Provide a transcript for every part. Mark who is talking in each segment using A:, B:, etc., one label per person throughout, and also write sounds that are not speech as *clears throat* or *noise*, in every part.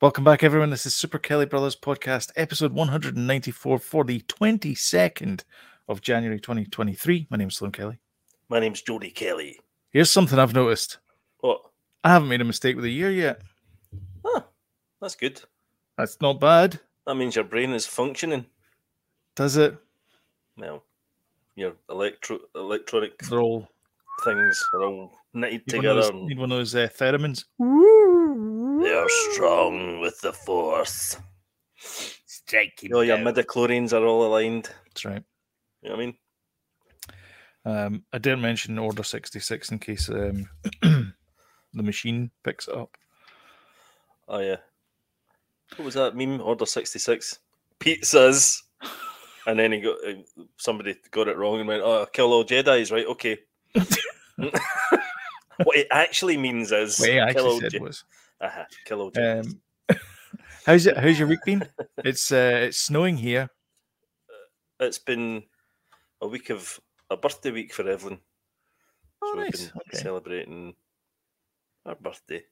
A: Welcome back, everyone. This is Super Kelly Brothers Podcast, episode 194 for the 22nd of January 2023. My name's Sloan Kelly.
B: My name's Jody Kelly.
A: Here's something I've noticed
B: What?
A: I haven't made a mistake with the year yet.
B: Ah, that's good.
A: That's not bad,
B: That means your brain is functioning.
A: does it?
B: Well, your electro electronic
A: They're all
B: things are all knitted
A: need one of
B: together.
A: those,
B: and
A: need one of those uh, theremins.
B: They are strong with the force.
C: Strike him
B: You know, your
C: down.
B: midichlorians are all aligned.
A: That's right.
B: You know what I mean?
A: Um, I didn't mention Order 66 in case um, *clears throat* the machine picks it up.
B: Oh yeah. What was that meme? Order sixty six
A: *laughs*
B: pizzas, and then he got uh, somebody got it wrong and went, "Oh, kill all Jedi's." Right?
A: *laughs*
B: Okay. what it actually means is
A: What I actually
B: all
A: said
B: Je-
A: was.
B: uh-huh, kill all Jedi's.
A: Um, *laughs* how's it? How's your week been? It's uh, it's snowing here.
B: it's been a week of a birthday week for Evelyn.
A: Oh,
B: we've
A: nice.
B: been
A: Okay.
B: celebrating our birthday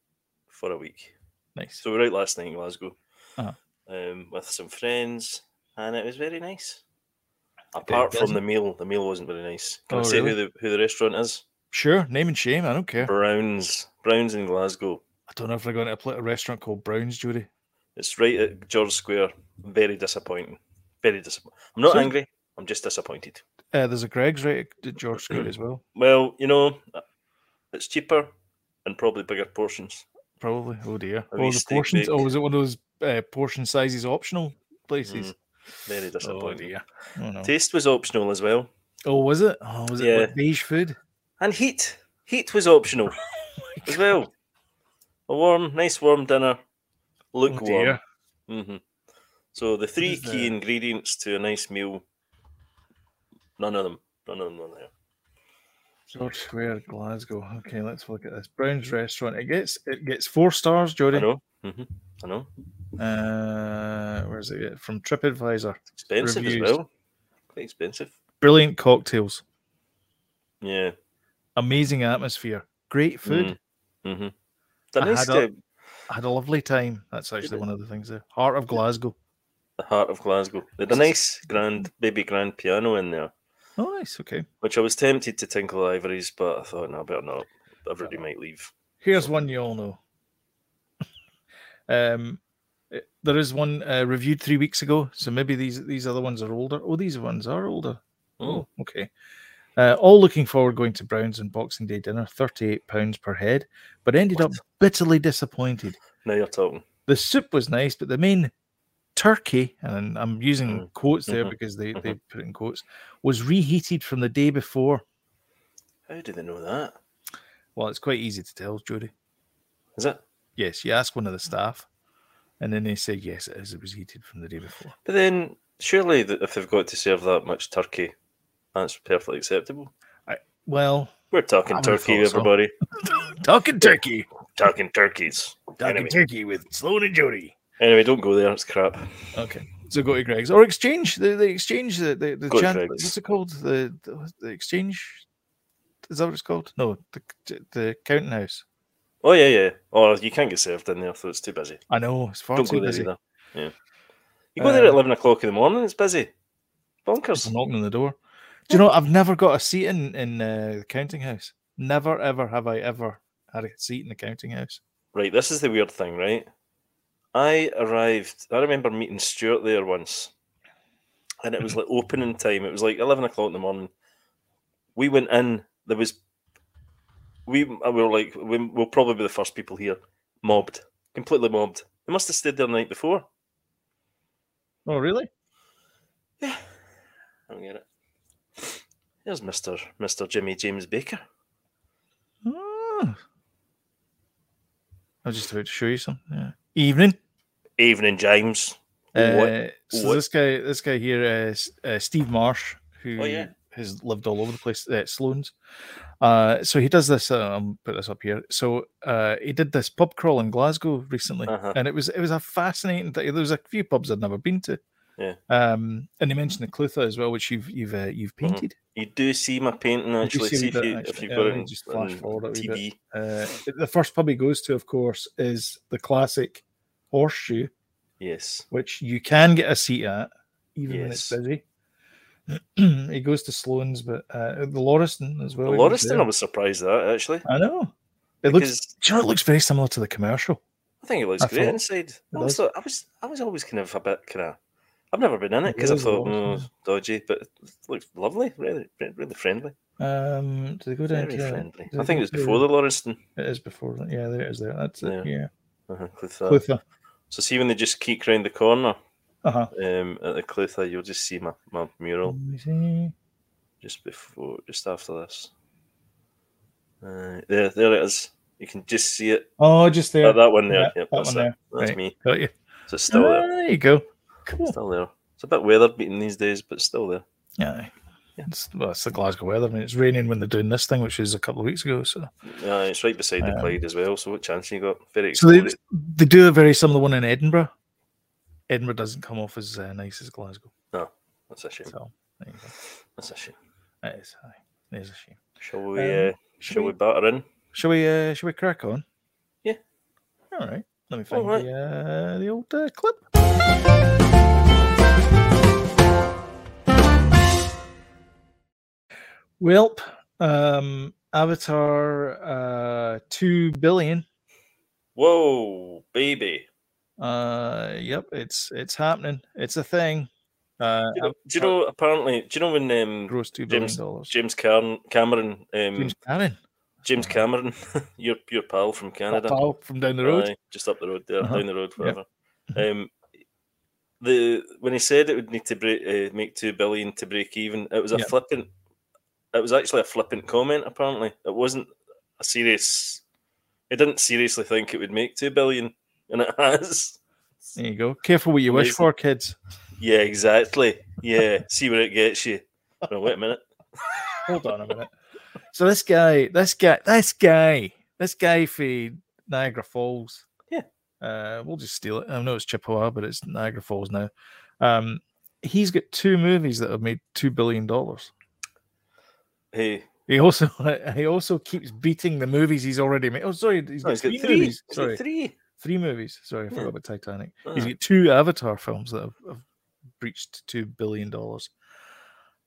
B: for a week.
A: Nice.
B: So we were out last night in Glasgow
A: Uh-huh.
B: um, with some friends, and it was very nice. Apart from the meal, the meal wasn't very nice. Can
A: Oh,
B: I say
A: really?
B: who the who the restaurant is?
A: Sure, name and shame. I don't care.
B: Browns. Browns in Glasgow.
A: I don't know if they're going to a pla- a restaurant called Brown's, Judy.
B: It's right
A: Mm.
B: at George Square. Very disappointing. Very disappointing. I'm not
A: So-
B: angry. I'm just disappointed.
A: Uh, there's a Greg's right at George Street as well.
B: Well, you know, uh, it's cheaper and probably bigger portions.
A: Probably. Oh dear.
B: A
A: Oh,
B: wee
A: the
B: steak
A: portions.
B: bake.
A: Oh, is it one of those uh, portion sizes optional
B: Mm,
A: places?
B: Very
A: oh
B: disappointing.
A: dear. Oh, no.
B: Taste was optional as well,
A: oh, was it? Oh, was it like
B: Yeah.
A: beige food?
B: and heat. Heat was optional as well. A warm, nice warm dinner,
A: Oh,
B: lukewarm.
A: dear.
B: hmm So the three
A: is the-
B: key ingredients to a nice meal. None of them. None of them were there.
A: George Square, Glasgow. Okay, let's look at this. Brown's restaurant. It gets it gets four stars, Jody.
B: I know. hmm I know.
A: Uh, where's it get? from TripAdvisor?
B: It's expensive
A: Reviews.
B: as well. Quite expensive.
A: Brilliant cocktails,
B: Yeah.
A: amazing atmosphere, great food.
B: Mm-hmm. The
A: I
B: nice
A: had a-
B: to
A: I had a lovely time. That's actually
B: it?
A: one of the things there. Heart of Glasgow.
B: the heart of Glasgow. They had a nice grand baby grand piano in there.
A: Oh, nice. Okay.
B: which I was tempted to tinkle ivories, but I thought, no, I better not. Everybody might leave.
A: Here's one you all know. *laughs* um, it- there is one uh, reviewed three weeks ago, so maybe these these other ones are older. Oh, these ones are older.
B: Mm.
A: Oh, okay. Uh, all looking forward going to Browns and Boxing Day dinner, thirty-eight pounds per head, but ended up bitterly disappointed.
B: Now you're talking.
A: the soup was nice, but the main turkey, and I'm using
B: Mm.
A: quotes there
B: Mhm.
A: because they, they put it in quotes, was reheated from the day before.
B: How do they know that?
A: Well, it's quite easy to tell, Jody.
B: Is it?
A: Yes, you ask one
B: Mm.
A: of the staff, and then they say, Yes, it is. It was heated from the day before.
B: But then, surely, th- if they've got to serve that much turkey, that's perfectly acceptable.
A: Well,
B: We're talking
A: I would've
B: turkey,
A: thought so.
B: everybody.
A: talking turkey,
B: Talking turkeys.
A: talking
B: Anyway.
A: turkey with Sloan and Jody.
B: Anyway, don't go there. It's crap.
A: Okay, so go to Greg's or exchange the, the exchange the the, the
B: Go to
A: chan-
B: Greg's.
A: what's it called the, the the exchange is that what it's called? No, the the counting house.
B: Oh yeah, yeah. Oh, you can't get served in there, so it's too busy.
A: I know it's far
B: Don't
A: too
B: go there
A: busy.
B: either. Yeah. You go there at
A: Uh,
B: eleven o'clock in the morning. It's busy.
A: Just
B: Bonkers.
A: knocking on the door. Do you know I've never got a seat in in uh, the counting house? Never ever have I ever had a seat in the counting house.
B: Right, this is the weird thing, right? I arrived, I remember meeting Stuart there once, and it was like opening time. It was like 11 o'clock in the morning. We went in, there was, we, uh, we were like, we, we'll probably be the first people here. Mobbed, completely mobbed. They must have stayed there the night before.
A: Oh really?
B: Yeah. I don't get it. There's Mr. Mr. Jimmy James Baker.
A: Ah. I was just about to show you something. Yeah. Evening.
B: Evening, James. What?
A: Uh, so
B: what-
A: this guy, this guy here, uh, S- uh, Steve Marsh, who
B: Oh, yeah.
A: has lived all over the place at Sloan's. Uh, so he does this. Uh, I'll put this up here. So uh, he did this pub crawl in Glasgow recently,
B: Uh-huh.
A: and it was it was a fascinating. thing. There was a few pubs I'd never been to.
B: Yeah.
A: Um, and he mentioned the Clutha as well, which you've you've uh, you've
B: Uh-huh.
A: painted.
B: You do see my painting,
A: do
B: actually.
A: see
B: See
A: me
B: if,
A: that,
B: you,
A: actually.
B: if you've
A: Yeah,
B: got
A: let
B: it
A: me
B: on,
A: just flash
B: on
A: forward a wee bit.
B: TV.
A: Uh, the first pub he goes to, of course, is the classic Horseshoe,
B: Yes.
A: which you can get a seat at, even when it's
B: Yes.
A: busy. *clears throat* he goes to Sloan's, but uh, the Lauriston as well.
B: The
A: he goes
B: Lauriston, I
A: there.
B: was surprised at that actually.
A: I know. It looks.
B: because
A: Do you know, it looks very similar to the commercial.
B: I think it looks
A: I
B: great
A: thought-
B: inside. I,
A: it
B: always
A: does.
B: thought- I was I was always kind of a bit kind of. I've never been in it
A: It
B: because I
A: is, it
B: thought
A: was,
B: "Mm, dodgy, but it looks lovely, really, re- really friendly,
A: Um, do they go down
B: very
A: to?
B: friendly.
A: does
B: I
A: it
B: think
A: go
B: it's
A: to-
B: before the Lauriston.
A: It is before. that. Yeah, there it is. There. That's it. Yeah.
B: Uh-huh, Clutha.
A: Clutha.
B: So see when they just keek round the corner
A: Uh huh.
B: um, at the Clutha, you'll just see my, my
A: Mm.
B: mural just before, just after this. Uh, there, there it is. You can just see it.
A: Oh, just there.
B: Uh, that one there.
A: Yeah,
B: yep,
A: that
B: that's
A: one
B: it.
A: there.
B: That's
A: Right.
B: me.
A: Got you.
B: So it's still
A: Ah,
B: there.
A: there you go. Cool.
B: Still there. It's a bit weather beaten these days, but still there.
A: Yeah.
B: Yeah.
A: It's, well, it's the Glasgow weather. I mean, it's raining when they're doing this thing, which is a couple of weeks ago. So,
B: Uh, it's right beside the
A: Um,
B: Clyde as well. So what chance you got? Very
A: so they,
B: exploded.
A: they do a very similar one in Edinburgh. Edinburgh doesn't come off as uh, nice as Glasgow.
B: That's a shame.
A: So, there you go.
B: That's a shame.
A: That is, aye, it is a shame.
B: Shall we?
A: Um,
B: uh, shall we batter in?
A: Shall we? Uh, shall we crack on?
B: Yeah.
A: All right. Let me find
B: right.
A: the, uh, the old uh, clip. Welp, um, Avatar uh, two billion.
B: Whoa, baby!
A: Uh, yep, it's it's happening. It's a thing. Uh,
B: Do you know? Do you know apparently, do you know when um,
A: gross two billion
B: James-
A: dollars.
B: James Cam- Cameron, um,
A: James Cannon,
B: James Cameron, *laughs* your your pal from Canada,
A: pal from down the road.
B: Aye, just up the road there,
A: Uh-huh.
B: down the road,
A: Yeah.
B: whatever. Um, the when he said it would need to break, uh, make two billion to break even, it was a
A: Yeah.
B: flippant. It was actually a flippant comment. Apparently, it wasn't a serious. He didn't seriously think it would make two billion, and it *laughs* has.
A: There you go. Careful what you wish
B: Amazing.
A: for, kids.
B: Yeah, exactly. Yeah, see where it gets you. Well, wait a minute.
A: Hold on a minute. *laughs* So this guy, this guy, this guy, this guy for Niagara Falls.
B: Yeah.
A: Uh, we'll just steal it. I know it's Chippewa, but it's Niagara Falls now. Um, he's got two movies that have made two billion dollars.
B: Hey,
A: He also *laughs* he also keeps beating the movies he's already made. Oh, sorry, he's
B: no,
A: got
B: he's
A: three
B: got three.
A: movies.
B: He's
A: Sorry,
B: got three.
A: three movies. Sorry, I forgot
B: Yeah.
A: about Titanic. He's
B: Ah,
A: got two Avatar films that have, have breached two billion dollars.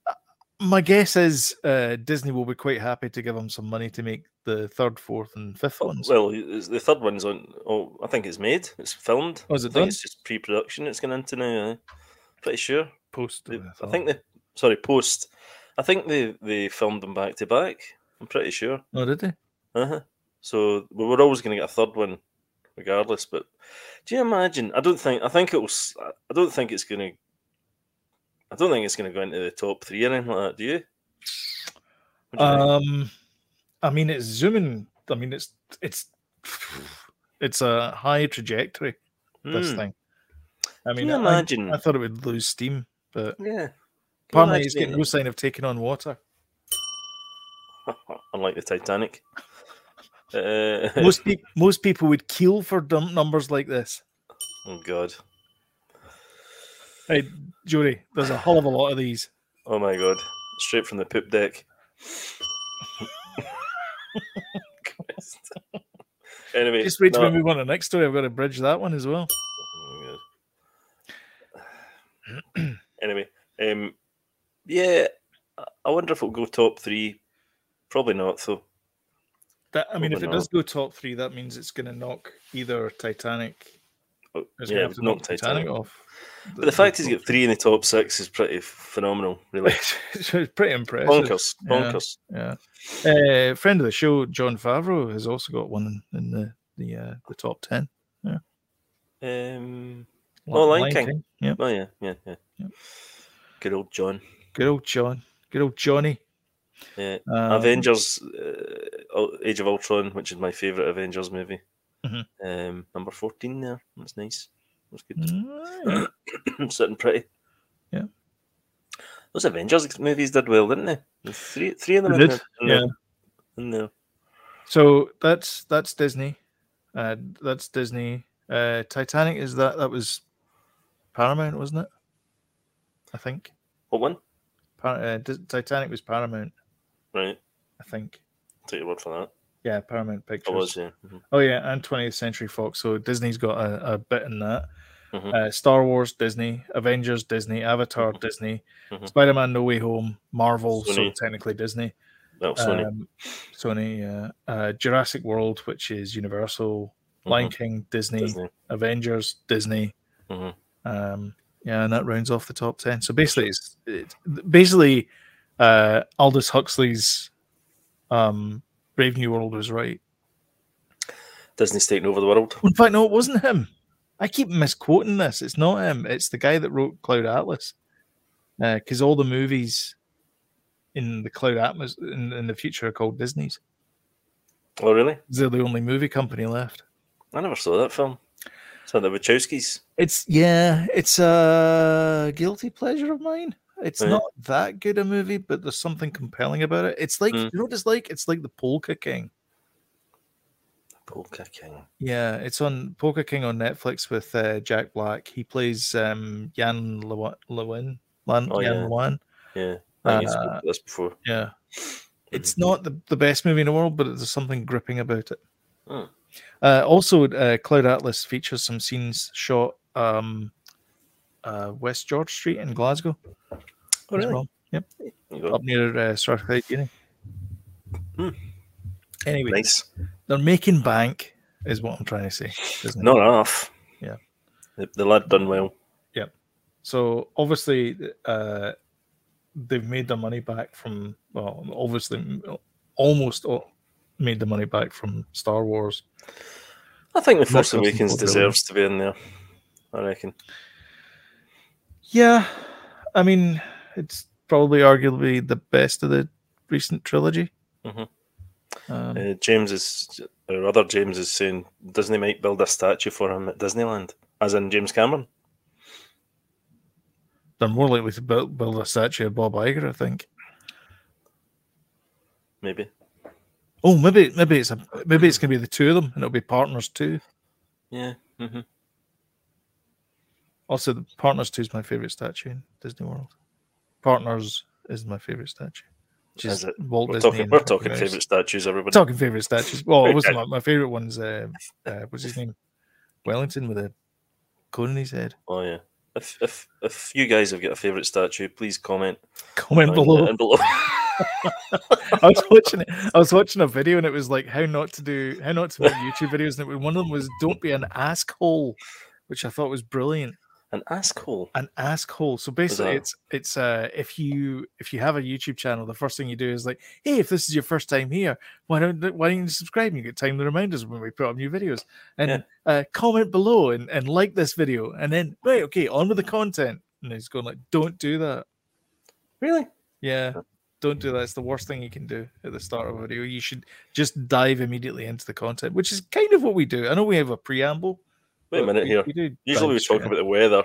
A: Uh, My guess is uh, Disney will be quite happy to give him some money to make the third, fourth, and fifth ones.
B: Well, it's- the third one's on. Oh, I think it's made. It's filmed.
A: Oh, is it
B: I think
A: done?
B: it's just pre-production. It's going into now. eh? Pretty sure.
A: Post,
B: They-
A: uh,
B: I
A: film.
B: think they. Sorry, post. I think they they filmed them back to back. I'm pretty sure.
A: Oh, did they?
B: Uh-huh. So we were always going to get a third one, regardless. But do you imagine? I don't think. I think it was. I don't think it's going to. I don't think it's going to go into the top three or anything like that. Do you? What do you think?
A: Um, I mean, it's zooming. I mean, it's it's it's a high trajectory. This
B: Hmm.
A: thing. I
B: Can
A: mean,
B: you
A: I-
B: imagine?
A: I, thought it would lose steam, but
B: yeah. Can you
A: apparently it's
B: imagine
A: getting no sign of taking on water.
B: unlike the Titanic. Uh, *laughs*
A: Most pe- most people would keel for dump numbers like this.
B: oh god!
A: Hey, Jody, there's a hell of a lot of these.
B: Oh my god! Straight from the poop deck. Christ. anyway,
A: Just wait till
B: no.
A: we move on to the next story. I've got to bridge that one as well.
B: Oh my God. *clears throat* anyway, um, yeah, I- I wonder if it'll go top three. Probably not, though.
A: That I mean, if it
B: Probably
A: does go top three, that means it's going to knock either Titanic.
B: Oh,
A: It's going
B: yeah,
A: to have
B: we've
A: to knock
B: knocked
A: Titanic, off.
B: But the
A: *laughs*
B: fact he's got three in the top six is pretty phenomenal, really.
A: it's pretty impressive.
B: Bonkers,
A: Yeah.
B: bonkers.
A: Yeah. Uh, friend of the show, John Favreau, has also got one in, in the the uh, the top ten.
B: Um, Oh, Lion King.
A: Yeah.
B: oh yeah, yeah, yeah.
A: Yep.
B: Good old John.
A: Good old John. Good old Johnny.
B: Yeah.
A: Um,
B: Avengers: uh, Ul- Age of Ultron, which is my favorite Avengers movie.
A: Mhm.
B: Um, number fourteen there. That's nice. That's good. *laughs*
A: mm,
B: Sitting pretty.
A: Yeah.
B: Those Avengers movies did well, didn't they? The Three, three of them.
A: They did,
B: in there- in there- in there.
A: So that's that's Disney. Uh, that's Disney. Uh, Titanic is that that was Paramount, wasn't it? I think
B: What Oh, one?
A: Par- uh, Dis- Titanic was Paramount.
B: Right.
A: I think.
B: Take your word for that.
A: Yeah, Paramount Pictures.
B: I was, yeah. Mhm.
A: Oh yeah, and 20th Century Fox. So Disney's got a, a bit in that.
B: Mhm.
A: Uh, Star Wars, Disney, Avengers, Disney, Avatar,
B: Mhm.
A: Disney,
B: Mhm.
A: Spider-Man: No Way Home, Marvel, so
B: Sony. Oh,
A: technically Disney,
B: That was funny.
A: um, Sony, yeah. uh, Jurassic World, which is Universal, Lion King, Disney,
B: Mm-hmm. Disney.
A: Avengers, Disney.
B: Mhm.
A: Um, yeah, and that rounds off the top ten. So basically, it's, it's basically uh, Aldous Huxley's um, Brave New World was right.
B: Disney's taking over the world.
A: In fact, no, it wasn't him. I keep misquoting this. It's not him. It's the guy that wrote Cloud Atlas. Because all the movies in the Cloud Atlas in, in the future are called Disney's.
B: Oh, really?
A: They're the only movie company left.
B: I never saw that film. So the Wachowskis.
A: It's yeah, it's a guilty pleasure of mine. It's
B: Yeah.
A: not that good a movie, but there's something compelling about it. It's like
B: Mm.
A: you know what it's like. It's like the Polka King.
B: Polka King.
A: Yeah, it's on Polka King on Netflix with uh, Jack Black. He plays um, Jan Lewa- Lewin. Lan,
B: Oh,
A: Jan
B: yeah.
A: Lewin.
B: Yeah. I think
A: Uh,
B: it's this before. Oh,
A: Yeah.
B: Hmm.
A: It's not the, the best movie in the world, but there's something gripping about it.
B: Hmm.
A: Uh, also, uh, Cloud Atlas features some scenes shot um, uh, West George Street in Glasgow.
B: Oh,
A: as
B: really?
A: well,
B: There you go.
A: Up near uh, Strathclyde Uni.
B: Hmm.
A: Anyway,
B: Nice.
A: they're making bank, is what I'm trying to say. isn't it?
B: Not enough.
A: Yeah.
B: The, the lad done well.
A: So obviously, uh, they've made their money back from well, obviously, m- almost all, made the money back from Star Wars.
B: I think the Force
A: Microsoft
B: Awakens
A: Ford, really.
B: deserves to be in there. I reckon.
A: Yeah, I mean, it's probably arguably the best of the recent trilogy.
B: Mhm.
A: Um,
B: Uh, James is, or other James is saying Disney might build a statue for him at Disneyland, as in James Cameron.
A: They're more likely to build, build a statue of Bob Iger, I think.
B: Maybe.
A: Oh, maybe maybe it's a
B: Uh,
A: maybe it's gonna be the two of them, and it'll be partners too.
B: Yeah. hmm
A: Also, the Partners Two is my favorite statue in Disney World. Partners is my favorite statue. Which
B: Is
A: is
B: it?
A: Walt
B: We're
A: Disney
B: talking.
A: and
B: We're
A: Mickey
B: talking
A: Mouse.
B: favorite statues. Everybody.
A: Talking favorite statues. Well, it wasn't
B: Okay.
A: my, my favorite one's uh, uh, what's his name, Wellington with a cone in his head. *laughs*
B: Oh yeah. If, if if you guys have got a favorite statue, please comment
A: Comment
B: down
A: below.
B: and below. *laughs*
A: I was watching it. I was watching a video and it was like how not to do how not to make YouTube videos, and it, one of them was don't be an asshole, which I thought was brilliant.
B: An asshole.
A: an ask hole. So basically,
B: that?
A: it's it's uh if you if you have a YouTube channel, the first thing you do is like, hey, if this is your first time here, why don't why don't you subscribe? And you get timely reminders when we put up new videos, and
B: Yeah.
A: uh, comment below and and like this video, and then right, okay, on with the content. And he's going like, don't do that.
B: Really?
A: Yeah, don't do that. It's the worst thing you can do at the start of a video. You should just dive immediately into the content, which is kind of what we do. I know we have a preamble.
B: Wait a
A: but
B: minute
A: we-
B: here.
A: we do
B: Usually we
A: dive straight
B: talk
A: in.
B: about the weather,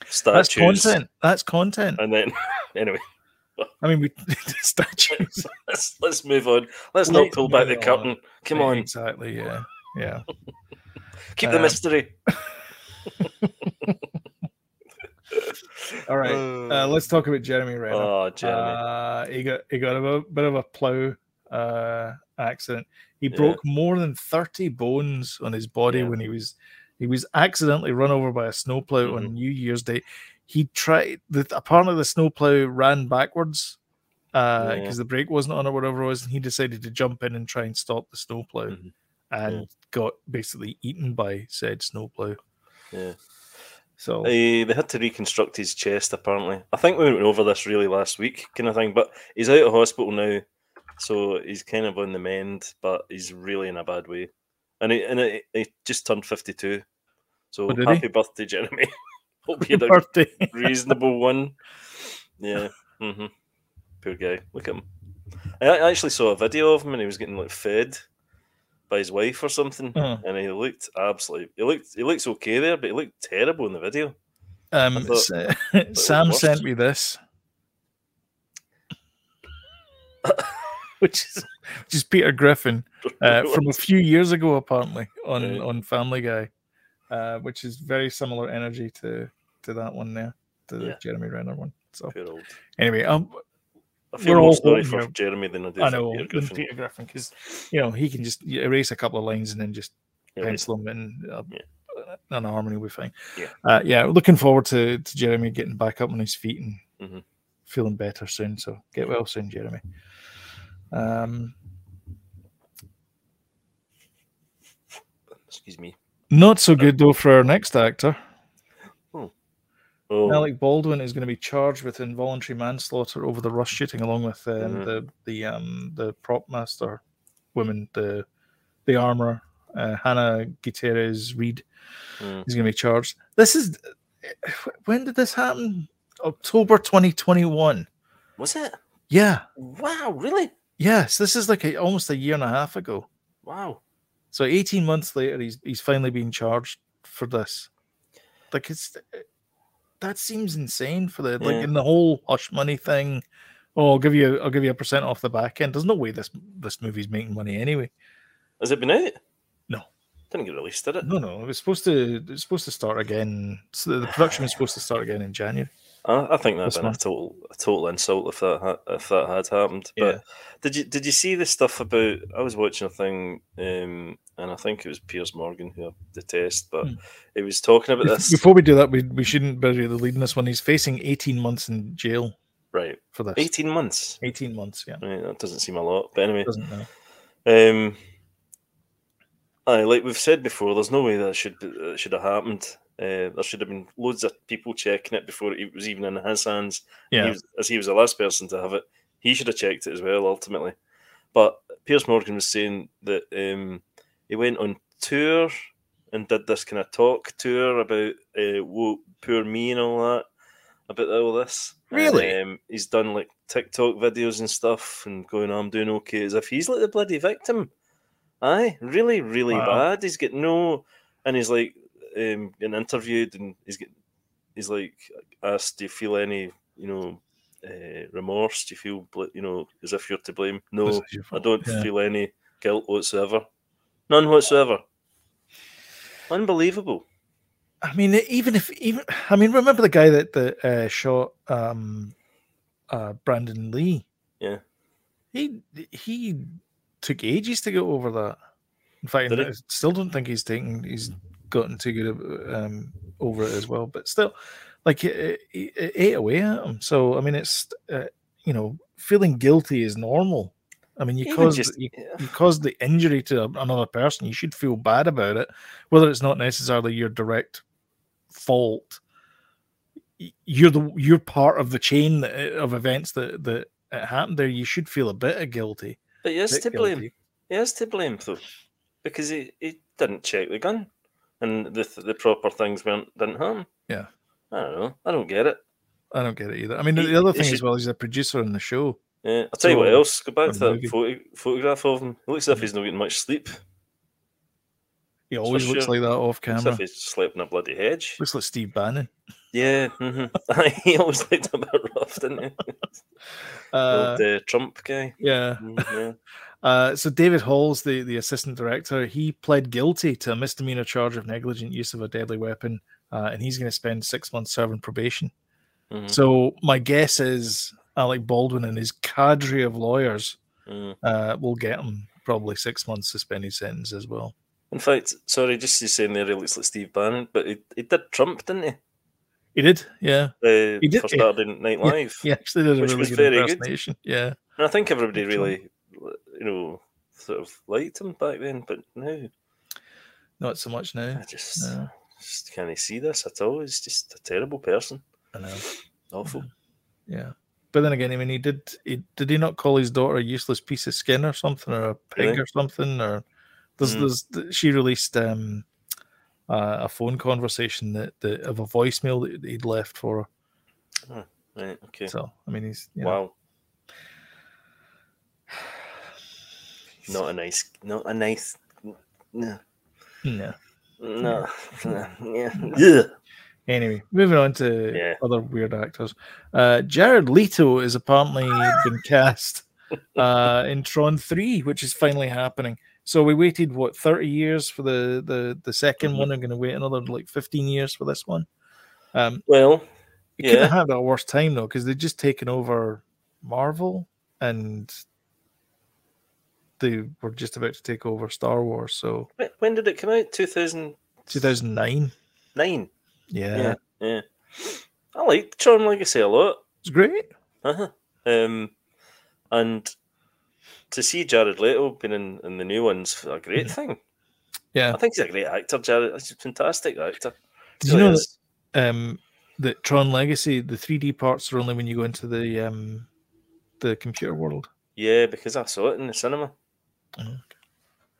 A: that's
B: statues,
A: content. That's content.
B: and then *laughs* anyway,
A: I mean, we *laughs* statues.
B: *laughs* let's let's move on. Let's
A: Wait,
B: not pull back the
A: no.
B: curtain. Come on,
A: Exactly. Yeah. Yeah.
B: keep the
A: um,
B: mystery.
A: All right. Uh, let's talk about Jeremy Renner.
B: Oh, Jeremy.
A: Uh, he got he got a bit- bit of a plow uh, accident. He
B: Yeah.
A: broke more than thirty bones on his body
B: Yeah.
A: when he was he was accidentally run over by a snowplow
B: Mm-hmm.
A: on New Year's Day. He tried. The, apparently, the snowplow ran backwards because
B: Yeah.
A: the brake wasn't on or whatever it was, and he decided to jump in and try and stop the snowplow,
B: Mhm.
A: and got basically eaten by said snowplow.
B: yeah.
A: So
B: Uh, they had to reconstruct his chest, apparently. I think we went over this really last week, kind of thing. But he's out of hospital now, so he's kind of on the mend, but he's really in a bad way. And he, and he, he just turned 52. So
A: Oh, did he?
B: happy birthday, Jeremy. *laughs* Hope you
A: *laughs* Happy
B: had a
A: birthday. *laughs*
B: *laughs* reasonable one. Yeah. hmm Poor guy. Look at him. I I actually saw a video of him and he was getting like fed by his wife or something.
A: Oh.
B: And he looked absolutely he looked he looks okay there, but he looked terrible in the video. *laughs*
A: Um,
B: I
A: *laughs*
B: thought-
A: Sa-
B: was
A: Sam
B: worse.
A: sent me
B: *laughs*
A: this, which is which is Peter Griffin uh, from a few years ago, apparently on
B: Right.
A: on Family Guy, uh, which is very similar energy to to that one there, to the
B: Yeah.
A: Jeremy Renner one. So
B: Poor old.
A: anyway, um,
B: I feel
A: We're all
B: more sorry
A: hoping
B: for
A: of-
B: Jeremy than I do
A: I
B: for
A: know
B: Peter
A: than
B: Griffin.
A: Peter Griffin because you know he can just you erase a couple of lines and then just
B: You're right.
A: pencil them in. Uh, An harmony will be fine.
B: Yeah.
A: uh, yeah. Looking forward to, to Jeremy getting back up on his feet and
B: Mhm.
A: feeling better soon. So get well soon, Jeremy. Um,
B: Excuse me.
A: not so good though for our next actor.
B: Oh,
A: Alec Baldwin is going to be charged with involuntary manslaughter over the rush shooting, along with um,
B: Mhm.
A: the the um, the prop master woman, the the armor, uh, Hannah Gutierrez Reed.
B: Mm.
A: Is going to be charged. This is *sighs* when did this happen? October 2021.
B: was it?
A: Yeah,
B: Wow, really?
A: yes, this is like a, almost a year and a half ago.
B: Wow.
A: So 18 months later, he's he's finally being charged for this. Like it's that seems insane for the like
B: Yeah.
A: in the whole hush money thing. Oh, I'll give you I'll give you a percent off the back end. There's no way this this movie's making money anyway.
B: Has it been out?
A: No.
B: Didn't get released, did it?
A: No, no, it was supposed to it's supposed to start again. So the production was supposed to start again in January.
B: I, I think that'd
A: This
B: been a
A: one.
B: total, a total insult if that ha- if that had happened.
A: Yeah.
B: But did you did you see the stuff about? I was watching a thing, um, and I think it was Piers Morgan who I detest, but
A: Hmm.
B: he was talking about
A: Bef- *laughs*
B: this.
A: Before we do that, we we shouldn't bury the lead in this one. He's facing 18 months in jail
B: right,
A: for this.
B: eighteen months.
A: 18 months, yeah.
B: Right, that doesn't seem a lot, but anyway,
A: Doesn't know.
B: Um, aye, like we've said before, there's no way that should be- that should have happened. Uh, there should have been loads of people checking it before it was even in his hands. And he
A: Yeah.
B: was, as he was the last person to have it, he should have checked it as well. Ultimately, but Piers Morgan was saying that um, he went on tour and did this kind of talk tour about uh, wo poor me and all that about all this.
A: Really?
B: And, um, he's done like TikTok videos and stuff and going, I'm doing okay, as if he's like the bloody victim. Aye, really, really
A: Wow.
B: bad. He's got no, and he's like um, getting interviewed and he's get, he's like asked, do you feel any, you know, uh, remorse? Do you feel, bl- you know, as if you're to blame?
A: This
B: No,
A: is your
B: I
A: fault.
B: don't
A: Yeah.
B: feel any guilt whatsoever. None whatsoever. Unbelievable.
A: I mean, even if even I mean, remember the guy that that uh, shot um, uh, Brandon Lee?
B: Yeah.
A: he he took ages to get over that. In fact,
B: Did he?
A: I still don't think he's taken. He's gotten too good um, over it as well. But still, like it, it, it ate away at him. So I mean, it's uh, you know, feeling guilty is normal. I mean, you
B: Even
A: caused
B: just-
A: you you caused the injury to a- another person, you should feel bad about it, whether it's not necessarily your direct fault. Y- You're the you're part of the chain that, of events that that it happened there. You should feel a bit of guilty.
B: But he is
A: bit
B: to blame.
A: guilty.
B: He is to blame though, because he, he didn't check the gun, and the th- the proper things weren't didn't happen.
A: Yeah.
B: I don't know. I don't get it.
A: I don't get it either. I mean,
B: He-
A: the other
B: he
A: thing as
B: should-
A: well is a producer on the show.
B: Yeah, Eh, I'll tell you what
A: So,
B: else. Go back
A: a
B: to that
A: movie.
B: photo, photograph of him. It looks as if he's not getting much sleep.
A: He always looks
B: sure.
A: like that off
B: Looks as
A: camera.
B: if he's slept in a bloody hedge.
A: Looks like Steve Bannon.
B: Yeah, hmm *laughs* he always looked a bit rough, didn't he? *laughs*
A: Uh,
B: Old uh, Trump guy.
A: yeah.
B: Mm, yeah.
A: *laughs* Uh, so David Hall's the, the assistant director. He pled guilty to a misdemeanor charge of negligent use of a deadly weapon, uh, and he's going to spend six months serving probation.
B: Mhm.
A: So my guess is Alec Baldwin and his cadre of lawyers
B: Mm.
A: uh, will get him probably six months suspended sentence as well.
B: In fact, sorry, just you saying there, he looks like Steve Bannon, but he, he did Trump, didn't he?
A: He did, yeah.
B: Uh,
A: He did,
B: for
A: yeah.
B: Saturday Night Live.
A: He actually did a
B: Which
A: really
B: was
A: good
B: very good.
A: impersonation. Yeah,
B: And I think everybody
A: Excellent.
B: really, you know, sort of liked him back then, but now
A: not so much now.
B: I just,
A: No.
B: just can't see this at all. He's just a terrible person.
A: I know.
B: Awful.
A: Yeah. But then again, I mean, he did. He, did he not call his daughter a useless piece of skin or something, or a pig
B: Really?
A: or something? Or there's,
B: Mm.
A: there's th- she released um, uh, a phone conversation that, that of a voicemail that he'd left for her. Uh-huh.
B: Right, okay.
A: So I mean, he's you know,
B: Wow. *sighs* Not a nice, not a nice, no,
A: yeah.
B: no, yeah, yeah.
A: Anyway, moving on to
B: Yeah.
A: other weird actors. Uh, Jared Leto is apparently
B: *laughs*
A: been cast uh, in Tron Three, which is finally happening. So we waited what thirty years for the the the 2nd
B: Mhm.
A: one. I'm going to wait another like fifteen years for this one. Um,
B: Well,
A: it couldn't
B: Yeah.
A: have had a worse time though, because they've just taken over Marvel and they were just about to take over Star Wars. So
B: Wh- When did it come out? 2009.
A: 2009. Yeah.
B: Yeah. Yeah. I liked Tron Legacy a lot.
A: It's great.
B: Uh-huh. Um, and to see Jared Leto been in, in the new one's a great thing.
A: Yeah.
B: I think he's a great actor, Jared. He's a fantastic actor.
A: Did you
B: Really
A: know that,
B: is.
A: um, that Tron Legacy, the 3D parts are only when you go into the um, the computer world?
B: Yeah, because I saw it in the cinema.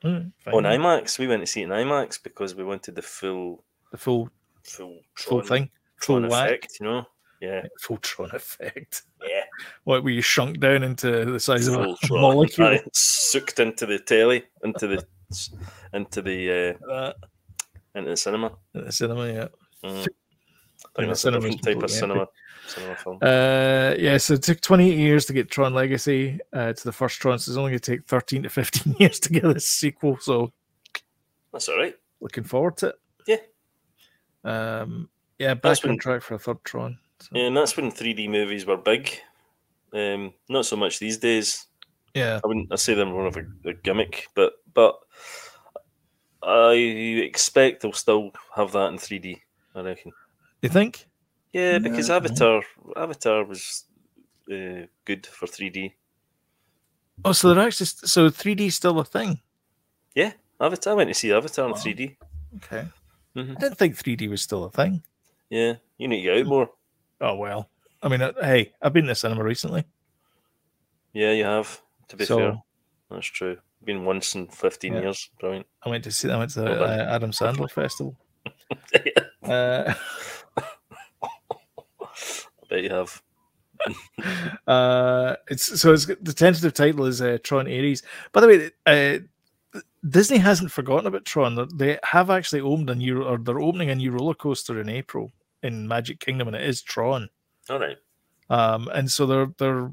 A: Alright, fine.
B: On IMAX. We went to see it in IMAX because we wanted the full
A: The full
B: full,
A: full
B: Tron-
A: thing,
B: Tron
A: full whack.
B: effect, you know? Yeah.
A: full Tron effect. *laughs*
B: Yeah.
A: What were you shrunk down into *laughs* the size of a
B: Full Tron.
A: molecule?
B: Aye, Sucked into the telly, into the into the uh,
A: Uh,
B: into the cinema.
A: at the cinema, yeah.
B: Mm.
A: In the
B: That's a
A: cinema is
B: different type
A: completely
B: of cinema, cinema film.
A: Uh, yeah, so it took 28 years to get Tron Legacy uh, to the first Tron, so it's only going to take 13 to 15 *laughs* years to get this sequel. So
B: That's all right.
A: looking forward to it.
B: Yeah.
A: Um, yeah, back
B: That's
A: on
B: when-
A: track for a third Tron. So,
B: Yeah, and that's when 3D movies were big. Um, not so much these days.
A: yeah.
B: I wouldn't. I say they're more of a, a gimmick, but but I expect they'll still have that in 3D. I reckon.
A: You think?
B: Yeah, because
A: Yeah.
B: Avatar Avatar was uh, good for 3D.
A: Oh, so they're actually st- so 3D is still a thing.
B: Avatar. I went to see Avatar in
A: Wow.
B: 3D.
A: Okay.
B: Mhm.
A: I didn't think 3D was still a thing.
B: Yeah, you need to get out more.
A: Oh well. I mean, uh, hey, I've been to the cinema recently,
B: Yeah, you have. To be
A: so
B: fair, that's true. Been once in 15
A: Yeah.
B: years. Brilliant.
A: I went to see. I went to
B: Well
A: the
B: done.
A: uh, Adam Sandler festival. Uh, *laughs*
B: I bet you have.
A: uh, it's so it's the tentative title is uh, Tron Ares. By the way, uh, Disney hasn't forgotten about Tron. They- They have actually opened a new, or they're opening a new roller coaster in April in Magic Kingdom, and it is Tron.
B: All right.
A: Um, and so they're they're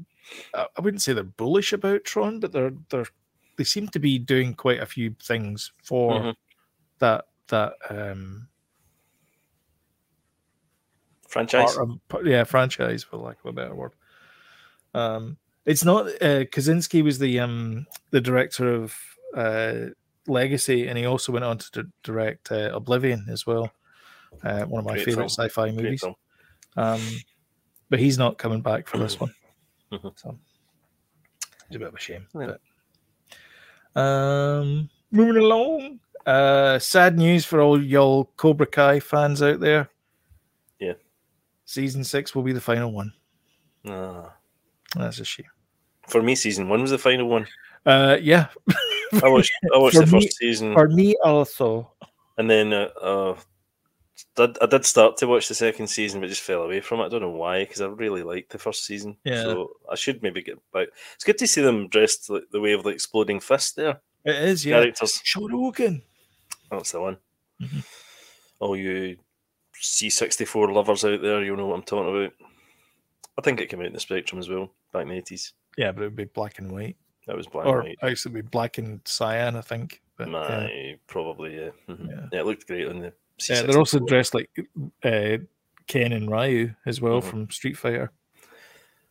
A: uh, I I wouldn't say they're bullish about Tron, but they're they're they seem to be doing quite a few things for
B: Mhm.
A: that that um
B: Franchise.
A: part of, part- yeah franchise for lack of a better word. Um, it's not uh, Kaczynski was the um the director of uh, Legacy, and he also went on to d- direct uh, Oblivion as well, uh, one of my
B: Great
A: favorite
B: film.
A: sci-fi
B: Great
A: movies.
B: film.
A: Um, but he's not coming back for this one.
B: Mhm.
A: So it's a bit of a shame.
B: Yeah.
A: But. Um, moving along. Uh, sad news for all y'all Cobra Kai fans out there.
B: Yeah.
A: Season six will be the final one.
B: Ah.
A: That's a shame.
B: For me, season one was the final one.
A: Uh, yeah.
B: I watched, I
A: *laughs*
B: watched
A: For
B: the
A: me-
B: first season,
A: For me, also.
B: and then uh, uh, did, I did start to watch the second season, but just fell away from it. I don't know why, because I really liked the first season.
A: Yeah.
B: So I should maybe get back. It's good to see them dressed like the way of the exploding fist. There,
A: It is, yeah.
B: characters.
A: Shotoken.
B: That's the one.
A: Mhm.
B: All you C64 lovers out there, you'll know what I'm talking about. I think it came out in the Spectrum as well back in the 80s.
A: Yeah, but it would be black and white.
B: That was black
A: or
B: and white.
A: actually, it'd be black and cyan, I think. But,
B: Nah,
A: yeah.
B: probably yeah. Mhm.
A: Yeah.
B: Yeah, it looked great on the.
A: Yeah, Uh, they're also
B: C64.
A: dressed like uh, Ken and Ryu as well
B: Mhm.
A: from Street Fighter.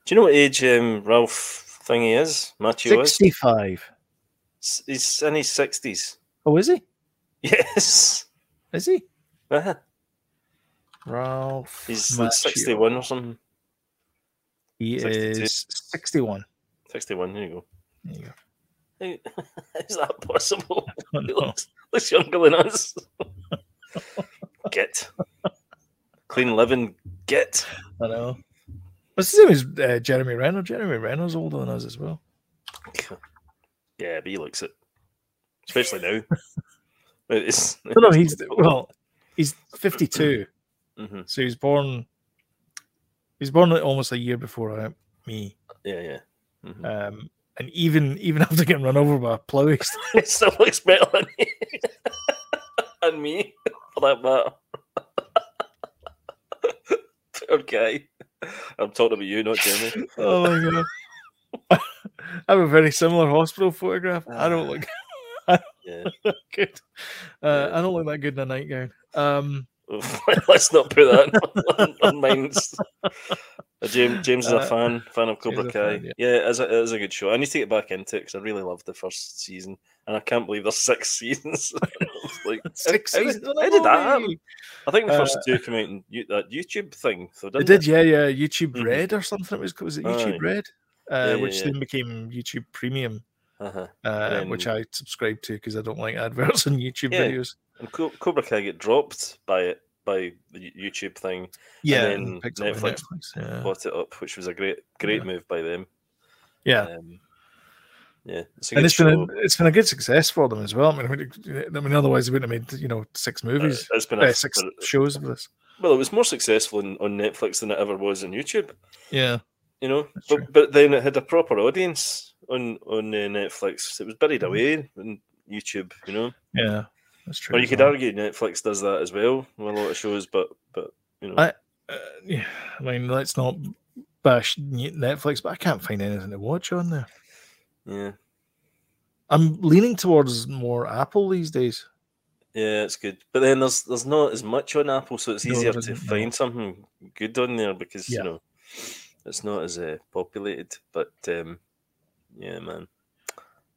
B: Do you know what age um, Ralph thingy is? Matthew is.
A: 65.
B: S- He's in his sixties. *laughs*
A: Oh, is he?
B: Yes.
A: Is he?
B: Uh-huh.
A: Ralph.
B: He's like
A: Macchio.
B: sixty-one or something.
A: He
B: 62.
A: is 61.
B: Sixty-one. There you
A: There you *laughs*
B: go. How- *laughs* Is that possible?
A: go.
B: He looks, looks younger than us. Get clean living. Get.
A: *laughs* I know. What's his name? Is uh, Jeremy Renner? Jeremy Renner's older than us as well.
B: Yeah, but he looks it, especially now. It's,
A: No, no, he's *laughs* well, he's 52,
B: hmm
A: so he's born. He's born almost a year before I, me.
B: Yeah, yeah. Mhm.
A: Um, and even even *laughs* after getting run over by a plough, he still-
B: it still looks better than me. *laughs* and me, uh. for that matter. *laughs* Poor guy. I'm talking about you, not Jeremy.
A: oh my
B: *laughs*
A: god. *laughs* I have a very similar hospital photograph. I don't look
B: Yeah.
A: *laughs* good. Uh,
B: Ah. Yeah.
A: I don't look that good in a
B: *laughs*
A: nightgown. Um,
B: Let's not put that on, on mine. James, James is a
A: Uh,
B: fan, fan of Cobra
A: James is a
B: Kai.
A: fan,
B: yeah,
A: yeah.
B: it, is a, it is a good show. I need to get back into it because I really loved the first season, and I can't believe there's *laughs* six seasons. like,
A: Six
B: how,
A: seasons.
B: how did that happen? I think the
A: Uh,
B: first two came out in you- that YouTube thing, though,
A: It
B: didn't
A: did, yeah, yeah. YouTube
B: Mhm.
A: Red or something. It was was it YouTube
B: Aye.
A: Red, uh,
B: Yeah, yeah,
A: which
B: yeah.
A: then became YouTube Premium,
B: Uh-huh.
A: uh,
B: then-
A: which I subscribe to because I don't like adverts *laughs* on YouTube
B: Yeah.
A: videos.
B: And Co- Cobra Kai get dropped by it by the Y- YouTube thing,
A: Yeah,
B: then
A: and picked up by
B: Netflix
A: Netflix, yeah.
B: bought it up, which was a great, great
A: Yeah.
B: move by them.
A: yeah.
B: Um, yeah, it's a
A: and
B: good
A: it's been
B: show.
A: a, it's been a good success for them as well. I mean, I mean, I mean otherwise they wouldn't have made you know six movies,
B: Uh, it's been
A: uh,
B: a,
A: six
B: but-
A: shows of this.
B: Well, it was more successful on, on Netflix than it ever was on YouTube.
A: Yeah,
B: You know,
A: That's true.
B: but, but then it had a proper audience on on uh, Netflix. It was buried
A: Mhm.
B: away on YouTube. You know,
A: yeah, that's true.
B: or you
A: as
B: could
A: well.
B: argue Netflix does that as well with a lot of shows. But but you know,
A: I- uh, yeah, I mean, let's not bash Ne- Netflix, but I can't find anything to watch on there.
B: yeah,
A: I'm leaning towards more Apple these days.
B: yeah, it's good. But then there's there's not as much on Apple, so it's
A: No,
B: easier
A: there
B: to
A: isn't, no.
B: find something good on there because
A: Yeah.
B: you know it's not as uh, populated. But um, yeah, man.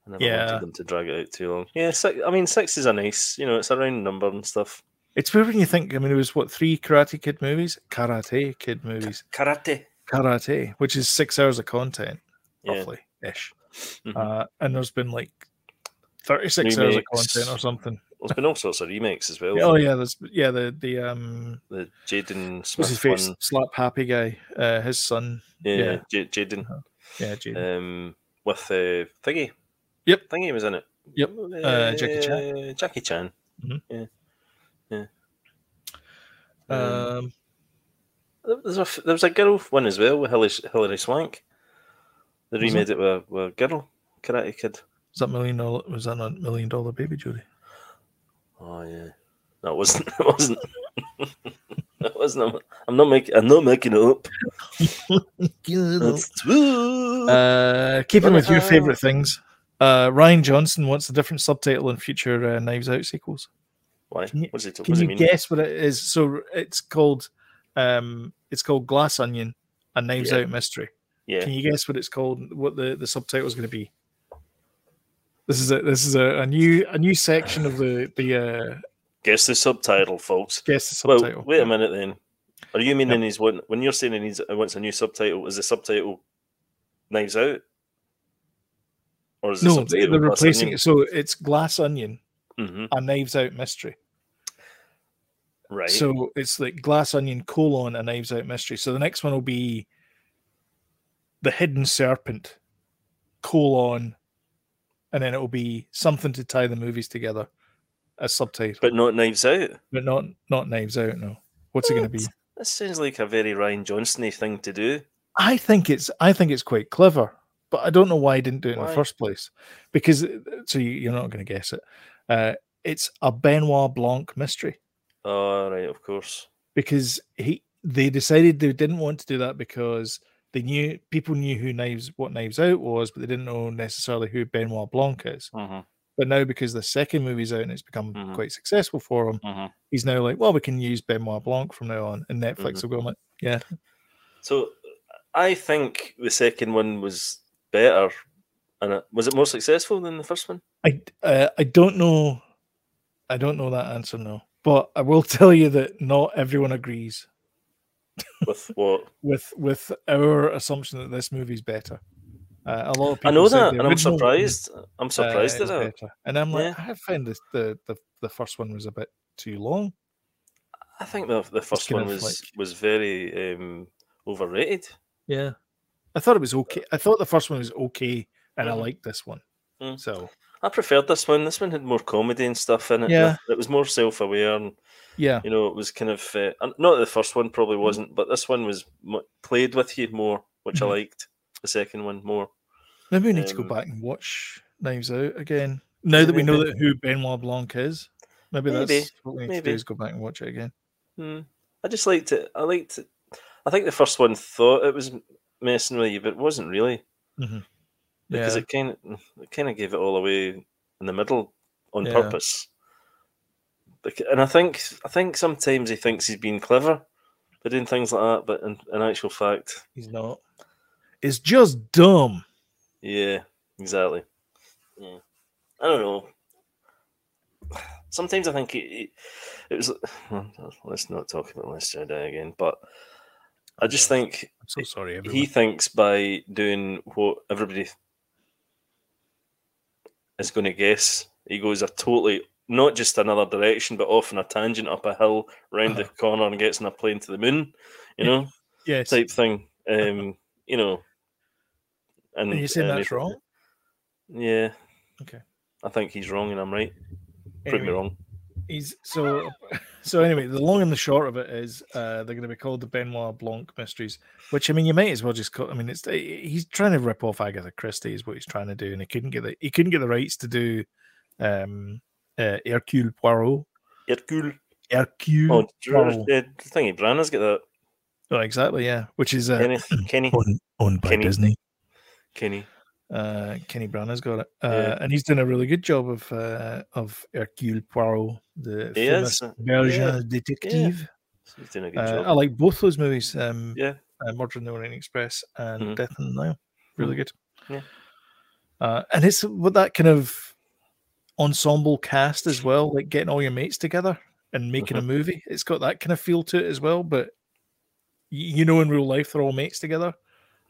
B: I never
A: Yeah.
B: wanted them to drag it out too long. Yeah, six, I mean, six is a nice, you know, it's a round number and stuff.
A: It's weird when you think. I mean, it was what three Karate Kid movies, Karate Kid movies,
B: Karate.
A: Karate, which is six hours of content,
B: Yeah.
A: roughly ish.
B: Mhm.
A: Uh, and there's been like thirty six hours of content or
B: Remakes.
A: something.
B: There's been all sorts of remakes as well.
A: Yeah, oh yeah, there's yeah the the um
B: The Jaden
A: what's his
B: Smith
A: face
B: one.
A: slap happy guy, uh, his son,
B: Yeah, J Jaden.
A: Uh-huh. yeah, Jaden.
B: Um, with uh, Thingy.
A: Yep.
B: Thingy was in it.
A: Yep, uh, Jackie
B: Chan. Jackie Chan.
A: Mhm.
B: Yeah. Yeah. Um,
A: um,
B: there was a f- there was a girl one as well with Hilary, Hilary Swank. They
A: Was it?
B: remade it with, a- with a girl, Karate Kid.
A: was that million dollar? Was that not million dollar baby Jody?
B: Oh yeah, no, it wasn't. *laughs* It wasn't. it wasn't. I'm not making. I'm not making it up. It's true.
A: Uh, keeping with your
B: Uh,
A: favorite things, uh, Ryan Johnson wants a different subtitle in future uh, Knives Out sequels.
B: Why?
A: can you-
B: What's it?
A: Can
B: What's it
A: you
B: mean?
A: guess what it is? So it's called, um, it's called Glass Onion, a Knives
B: Yeah.
A: Out mystery.
B: yeah.
A: Can you guess what it's called? What the, the subtitle is going to be? This is a this is a, a new a new section of the the uh,
B: Guess the subtitle, folks.
A: guess the
B: Well,
A: subtitle.
B: wait a minute then. Are you meaning
A: Yep.
B: he's one when you're saying he needs he wants a new subtitle? Is the subtitle Knives Out, or is the
A: No, they,
B: subtitle
A: they're replacing it. So it's Glass Onion,
B: hmm
A: a Knives Out mystery.
B: Right.
A: So it's like Glass Onion colon a Knives Out mystery. So the next one will be the Hidden Serpent colon, and then it will be something to tie the movies together as subtitle,
B: but not Knives Out.
A: but not not Knives Out. No, what's it going to be?
B: That sounds like a very Ryan Johnsony thing to do.
A: I think it's I think it's quite clever, but I don't know why I didn't do it in
B: Why?
A: the first place. Because uh, so you, you're not going to guess it. Uh, it's a Benoit Blanc mystery
B: Oh, right, of course.
A: because he they decided they didn't want to do that because they knew people knew who knives what knives out was, but they didn't know necessarily who Benoit Blanc is.
B: Mm-hmm.
A: But now because the second movie's out and it's become
B: Mhm.
A: quite successful for him,
B: Mm-hmm.
A: he's now like, well, we can use Benoit Blanc from now on, and Netflix
B: Mhm.
A: will go like, yeah,
B: So I think the second one was better, and it, was it more successful than the first one?
A: I uh, I don't know. I don't know that answer no. But I will *laughs* tell you that not everyone agrees *laughs*
B: With what?
A: with with our assumption that this movie's better. Uh, a lot of people
B: I know
A: said
B: that,
A: the
B: and I'm
A: original one,
B: surprised. I'm
A: uh,
B: surprised
A: is
B: at that.
A: better. And I'm like,
B: Yeah.
A: I have found this, the the the first one was a bit too long.
B: I think the the first
A: kind of
B: one was
A: like-
B: was very um, overrated.
A: Yeah, I thought it was
B: Uh,
A: okay. I thought the first one was okay, and I
B: Mhm.
A: liked this one.
B: Mm.
A: So
B: I preferred this one. This one had more comedy and stuff in it.
A: Yeah.
B: It was more self aware, and
A: yeah,
B: you know, it was kind of uh, and not that the first one probably wasn't, but this one was mu played with you more, which
A: Mhm.
B: I liked. The second one more.
A: maybe we need to go
B: Um,
A: back and watch Knives Out again. Now that we know
B: maybe.
A: that who Benoit Blanc is, maybe,
B: Maybe,
A: that's what we need to
B: maybe.
A: do is go back and watch it again.
B: Hmm. I just liked it. I liked it. I think the first one thought it was messing with you, but it wasn't really because it kind of it kind of gave it all away in the middle on
A: Yeah.
B: purpose. Bec- And I think I think sometimes he thinks he's being clever, They're doing things like that, but in, in actual fact,
A: He's not. It's just dumb.
B: yeah, exactly. Yeah. I don't know. Sometimes I think it, it, it was. Let's not talk about Last Jedi again, but I just think
A: I'm so sorry, everyone.
B: he thinks by doing what everybody is going to guess, he goes a totally not just another direction, but off on a tangent up a hill, round
A: *laughs*
B: the corner, and gets in a plane to the moon. You know,
A: yes.
B: type thing. Um, you know, and
A: and you saying
B: uh,
A: that's wrong?
B: Yeah.
A: Okay.
B: I think he's wrong, and I'm right. Prove me
A: Anyway,
B: wrong.
A: he's so *laughs* so anyway, the long and the short of it is uh they're gonna be called the Benoit Blanc mysteries, which I mean you might as well just call I mean it's he's trying to rip off Agatha Christie is what he's trying to do, and he couldn't get the he couldn't get the rights to do um uh, Hercule Poirot.
B: Hercule.
A: Hercule
B: Oh, Drew,
A: Poirot.
B: the thingy Branagh's got that.
A: Oh, exactly, yeah. Which is uh,
B: Kenny,
A: *laughs*
B: Kenny,
A: owned, owned by
B: Kenny.
A: Disney.
B: Kenny.
A: Uh, Kenny Branagh's got it, uh,
B: Yeah.
A: and he's done a really good job of uh, of Hercule Poirot, the
B: He
A: famous
B: is, uh,
A: Belgian detective.
B: He's doing a good
A: Uh,
B: job.
A: I like both those movies. Um,
B: Yeah.
A: uh, Murder in the Orient Express and
B: Mhm.
A: Death in the Nile. Really good.
B: Mm-hmm. Yeah.
A: Uh, and it's with that kind of ensemble cast as well, like getting all your mates together and making
B: Mm-hmm.
A: a movie. It's got that kind of feel to it as well. But y- you know, in real life, they're all mates together,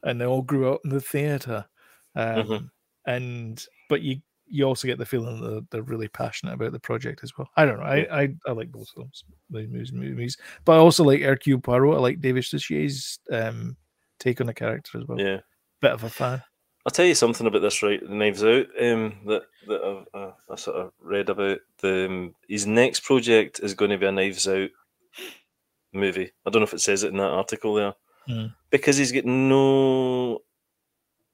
A: and they all grew up in the theater. Um,
B: Mhm.
A: And but you you also get the feeling that they're really passionate about the project as well. I don't know. I I, I like both of them. Those movies, movies, but I also like Hercule Poirot. I like David Suchier's um, take on the character as well.
B: Yeah.
A: Bit of a fan.
B: I'll tell you something about this, right? The Knives Out um, that that I've, uh, I sort of read about. The um, his next project is going to be a Knives Out movie. I don't know if it says it in that article there,
A: Mm.
B: because he's got no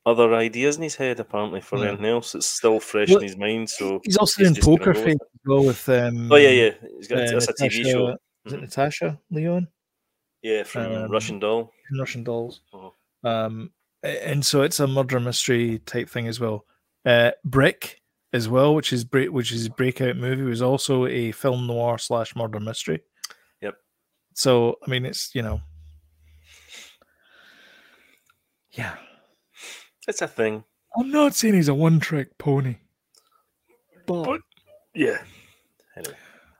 B: other ideas in his head apparently for
A: Yeah.
B: anything else. It's still fresh
A: Hmm. Well,
B: in his mind. So,
A: He's also
B: he's
A: in
B: just gonna
A: Poker
B: go with
A: Face as well with um,
B: oh yeah, yeah, he's got
A: uh,
B: that's a TV
A: Natasha-
B: show.
A: Is it
B: Mhm.
A: Natasha Leon
B: Yeah, from
A: um,
B: Russian Doll.
A: in Russian Dolls?
B: Mhm.
A: Um, a- and so it's a murder mystery type thing as well. Uh, Brick as well, which is break, which is his breakout movie, was also a film noir slash murder mystery.
B: Yep.
A: So I mean, it's you know, yeah.
B: It's a thing.
A: I'm not saying he's a one trick pony. But
B: But- Yeah. Anyway,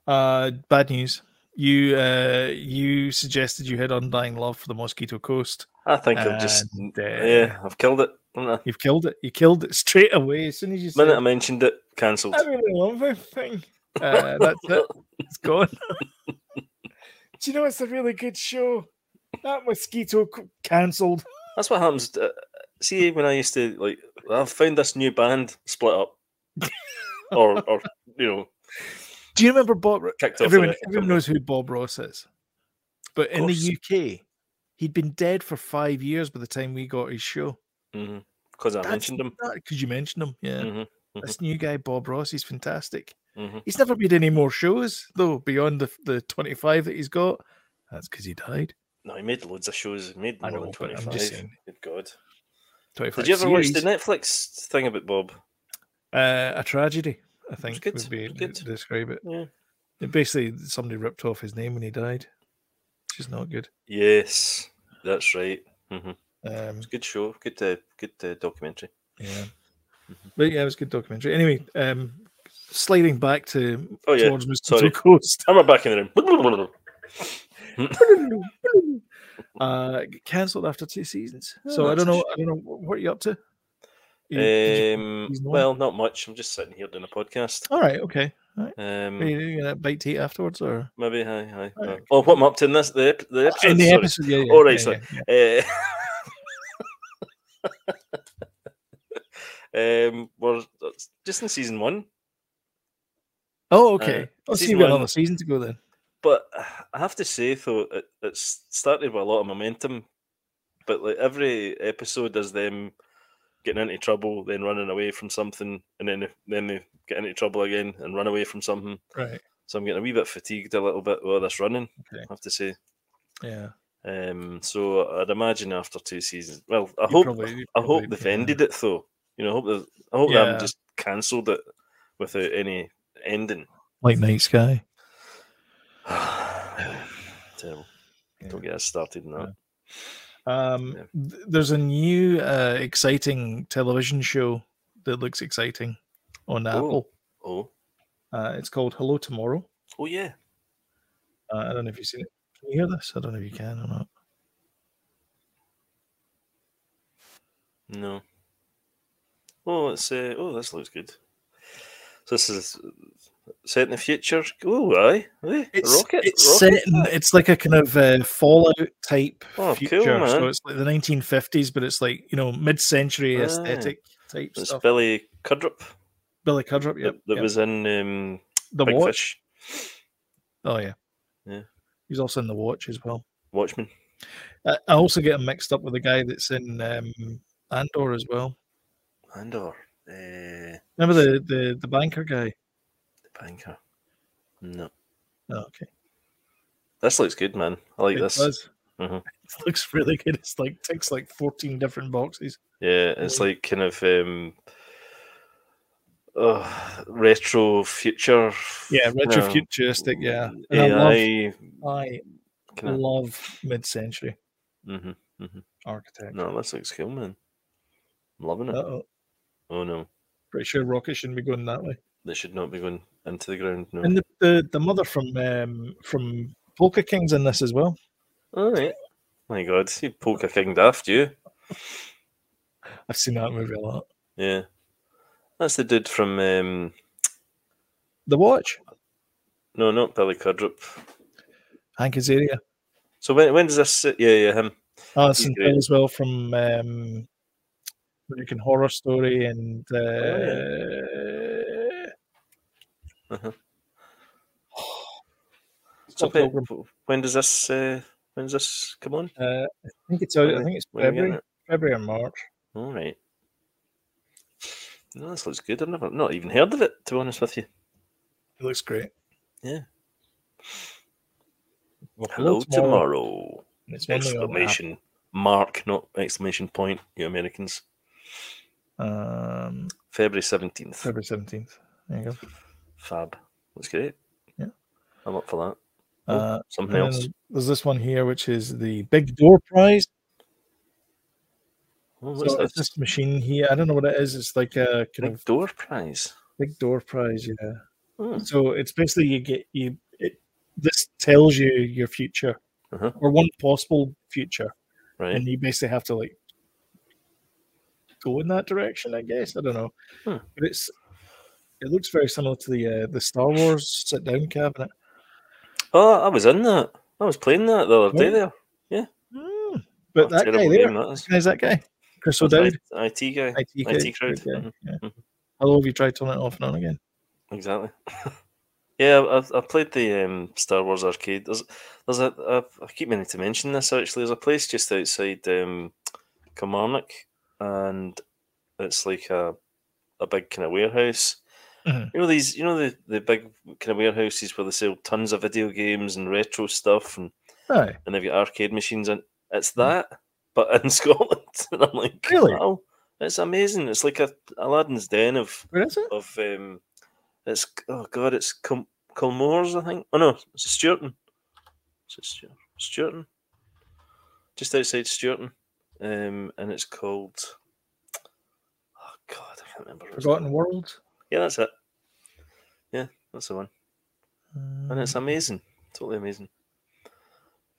A: uh, bad news. You uh, you suggested you had undying love for the Mosquito Coast.
B: I think I've just
A: And, uh,
B: yeah, I've killed it. haven't I?
A: You've killed it. You killed it *laughs* straight away as soon as you said
B: minute I mentioned it, cancelled.
A: I really love that thing.
B: *laughs*
A: Uh, that's it. It's gone. *laughs* Do you know it's a really good show? That mosquito c- cancelled.
B: That's what happens. To, see, when I used to like, I've found this new band split
A: *laughs*
B: up, or or you know,
A: Do you remember Bob? Ro-
B: kicked off.
A: Everyone,
B: the record
A: everyone
B: company.
A: knows who Bob Ross is, but in
B: course.
A: the UK, he'd been dead for five years by the time we got his show.
B: Mhm. 'Cause I mentioned him.
A: because you mentioned him. Yeah,
B: Mhm,
A: this new guy Bob Ross, he's fantastic.
B: mhm.
A: He's never made any more shows though beyond the the twenty five that he's got. That's because he died.
B: No, he made loads of shows. He made
A: I
B: more than
A: know, but I'm just
B: 25.
A: saying.
B: Good God.
A: Twenty five.
B: Did you ever watch the Netflix thing about Bob?
A: Uh, a tragedy, I think
B: good,
A: would be
B: it's
A: to
B: good.
A: describe it.
B: Yeah.
A: It basically, somebody ripped off his name when he died, which is not good.
B: Yes, that's right. hmm
A: Um,
B: Good show. Good, uh, good uh, documentary.
A: yeah,
B: Mm-hmm.
A: but yeah, it was a good documentary. Anyway, um, sliding back to
B: Oh, yeah.
A: towards Mosquito
B: Sorry.
A: Coast,
B: And we're back in the room.
A: *laughs* uh, cancelled after two seasons. so
B: Oh,
A: I don't
B: that's a
A: know. I don't know wh- what are you up to. You- did you-
B: um,
A: he's not?
B: well, not much. I'm just sitting here doing a podcast.
A: all right, okay. All right.
B: Um,
A: Are you gonna bite to eat afterwards, or
B: Maybe, hi, hi.
A: Oh,
B: hi.
A: okay.
B: Oh, what I'm up to in this the, ep- the episode.
A: in the
B: sorry.
A: episode? Yeah, yeah,
B: All right,
A: yeah,
B: sorry. Uh,
A: yeah,
B: Eh, *laughs* um, we're just in season one,
A: Oh, okay. I'll see
B: Uh, season
A: you got
B: one-
A: another season to go then.
B: but *sighs* I have to say though it, it's started with a lot of momentum. But like every episode is them getting into trouble, then running away from something, and then then they get into trouble again and run away from something.
A: Right.
B: So I'm getting a wee bit fatigued a little bit with all this running.
A: Okay.
B: I have to say.
A: Yeah.
B: Um, so I'd imagine after two seasons. Well, I
A: You
B: hope
A: probably- you
B: I
A: probably-
B: hope they've
A: yeah.
B: ended it though. You know, I hope they've, I hope they
A: Yeah.
B: haven't just cancelled it without any ending. *sighs*
A: like Night Sky.
B: Terrible. Don't get us started in that.
A: Um, th- there's a new uh, exciting television show that looks exciting on Apple.
B: Oh,
A: Uh, it's called Hello Tomorrow.
B: oh yeah.
A: Uh, I don't know if you've seen it. Can you hear this? I don't know if you can or not.
B: No. Oh, it's uh, oh, this looks good. So this is set in the future. Oh, aye, aye.
A: It's,
B: rocket,
A: it's
B: rocket.
A: set in, it's like a kind of uh, Fallout type
B: Oh, cool,
A: future.
B: man. Ah.
A: so it's like the 1950s, but it's like, you know, mid century
B: Aye.
A: aesthetic type
B: It's
A: stuff.
B: Billy Cudrup
A: Billy Cudrup,
B: that,
A: yep.
B: that
A: yep.
B: was in um,
A: the
B: Big
A: Watch.
B: Fish,
A: Oh, yeah.
B: Yeah.
A: He's also in The Watch as well.
B: Watchmen.
A: I Uh, I also get him mixed up with the guy that's in um, Andor as well.
B: Andor, uh, the
A: Remember the, the, the banker guy?
B: banker. No,
A: Oh, okay.
B: this looks good, man. I like
A: It
B: this.
A: does.
B: Mhm.
A: *laughs* It looks really good. It's like ticks like 14 different boxes.
B: Yeah, it's like kind of um, oh, retro future.
A: Yeah,
B: you
A: retro
B: know,
A: futuristic. Yeah. And I
B: AI.
A: love, I
B: Kind
A: love mid century
B: of, hmm
A: architecture.
B: No, this looks cool, man. I'm loving it.
A: Uh oh.
B: Oh no,
A: Pretty sure Rocket shouldn't be going that way.
B: they should not be going into the ground. No.
A: And the, the, the mother from um, from Polka King's in this as well.
B: All right. My God, you poke a king daft, you.
A: I've seen that movie a lot.
B: Yeah, that's the dude from. Um,
A: The Watch,
B: no, not Billy Cudrup.
A: Hank Azaria.
B: So when when does this? sit- Yeah, yeah, him.
A: Oh, it's in
B: great.
A: as well from um, American Horror Story and. Uh,
B: Uh-huh.
A: Scott
B: So when,
A: Pilgrim.
B: when does this? Uh, when does this come on?
A: Uh, I think it's out. I think it's
B: When are we getting
A: February, February or March.
B: it? All right. No, this looks good. I've never, not even heard of it. To be honest with you.
A: It looks great.
B: Yeah.
A: Well,
B: Hello tomorrow.
A: And It's only on Apple.
B: Exclamation mark, not exclamation point. You Americans.
A: Um,
B: February seventeenth.
A: February seventeenth. There you go.
B: Fab. That's great.
A: Yeah.
B: I'm up for that. Oh,
A: Uh,
B: Something
A: and then
B: else.
A: There's this one here, which is the Big Door Prize.
B: Oh, what's
A: So
B: this?
A: it's this machine here. I don't know what it is. It's like a kind
B: Big
A: of
B: door prize.
A: big door prize. Yeah.
B: Hmm.
A: So it's basically you get you. It, this tells you your future
B: Uh-huh.
A: or one possible future,
B: Right.
A: and you basically have to like go in that direction. I guess I don't know,
B: Hmm.
A: but it's it looks very similar to the uh, the Star Wars sit down cabinet.
B: Oh, I was in that. I was playing that the other day
A: Right.
B: there.
A: Hmm. But
B: What a
A: that guy there,
B: that is.
A: is that guy, Chris
B: That's
A: O'Dowd,
B: I- IT guy.
A: IT,
B: IT crowd.
A: good guy,
B: Mhm,
A: yeah.
B: mhm.
A: How long have you tried turning it off and on again?
B: Exactly. *laughs* yeah, I, I played the um, Star Wars arcade. There's, there's a, a. I keep meaning to mention this actually. There's a place just outside um, Kilmarnock, and it's like a a big kind of warehouse.
A: Mhm.
B: You know these, you know the, the big kind of warehouses where they sell tons of video games and retro stuff, and,
A: Aye.
B: and they've got arcade machines in. It's that, but in *laughs* Scotland. and I'm like,
A: Really?
B: wow, it's amazing. It's like a Aladdin's Den of
A: Where is it?
B: of um, it's oh god, it's Col- Colmore's, I think. Oh no, it's Sturton. Is it Stur- Sturton? Just outside Sturton, um, and it's called. Oh god, I can't remember. what it's
A: Forgotten
B: called.
A: World.
B: Yeah, that's it. Yeah, that's the one, and it's
A: Um,
B: amazing, totally amazing.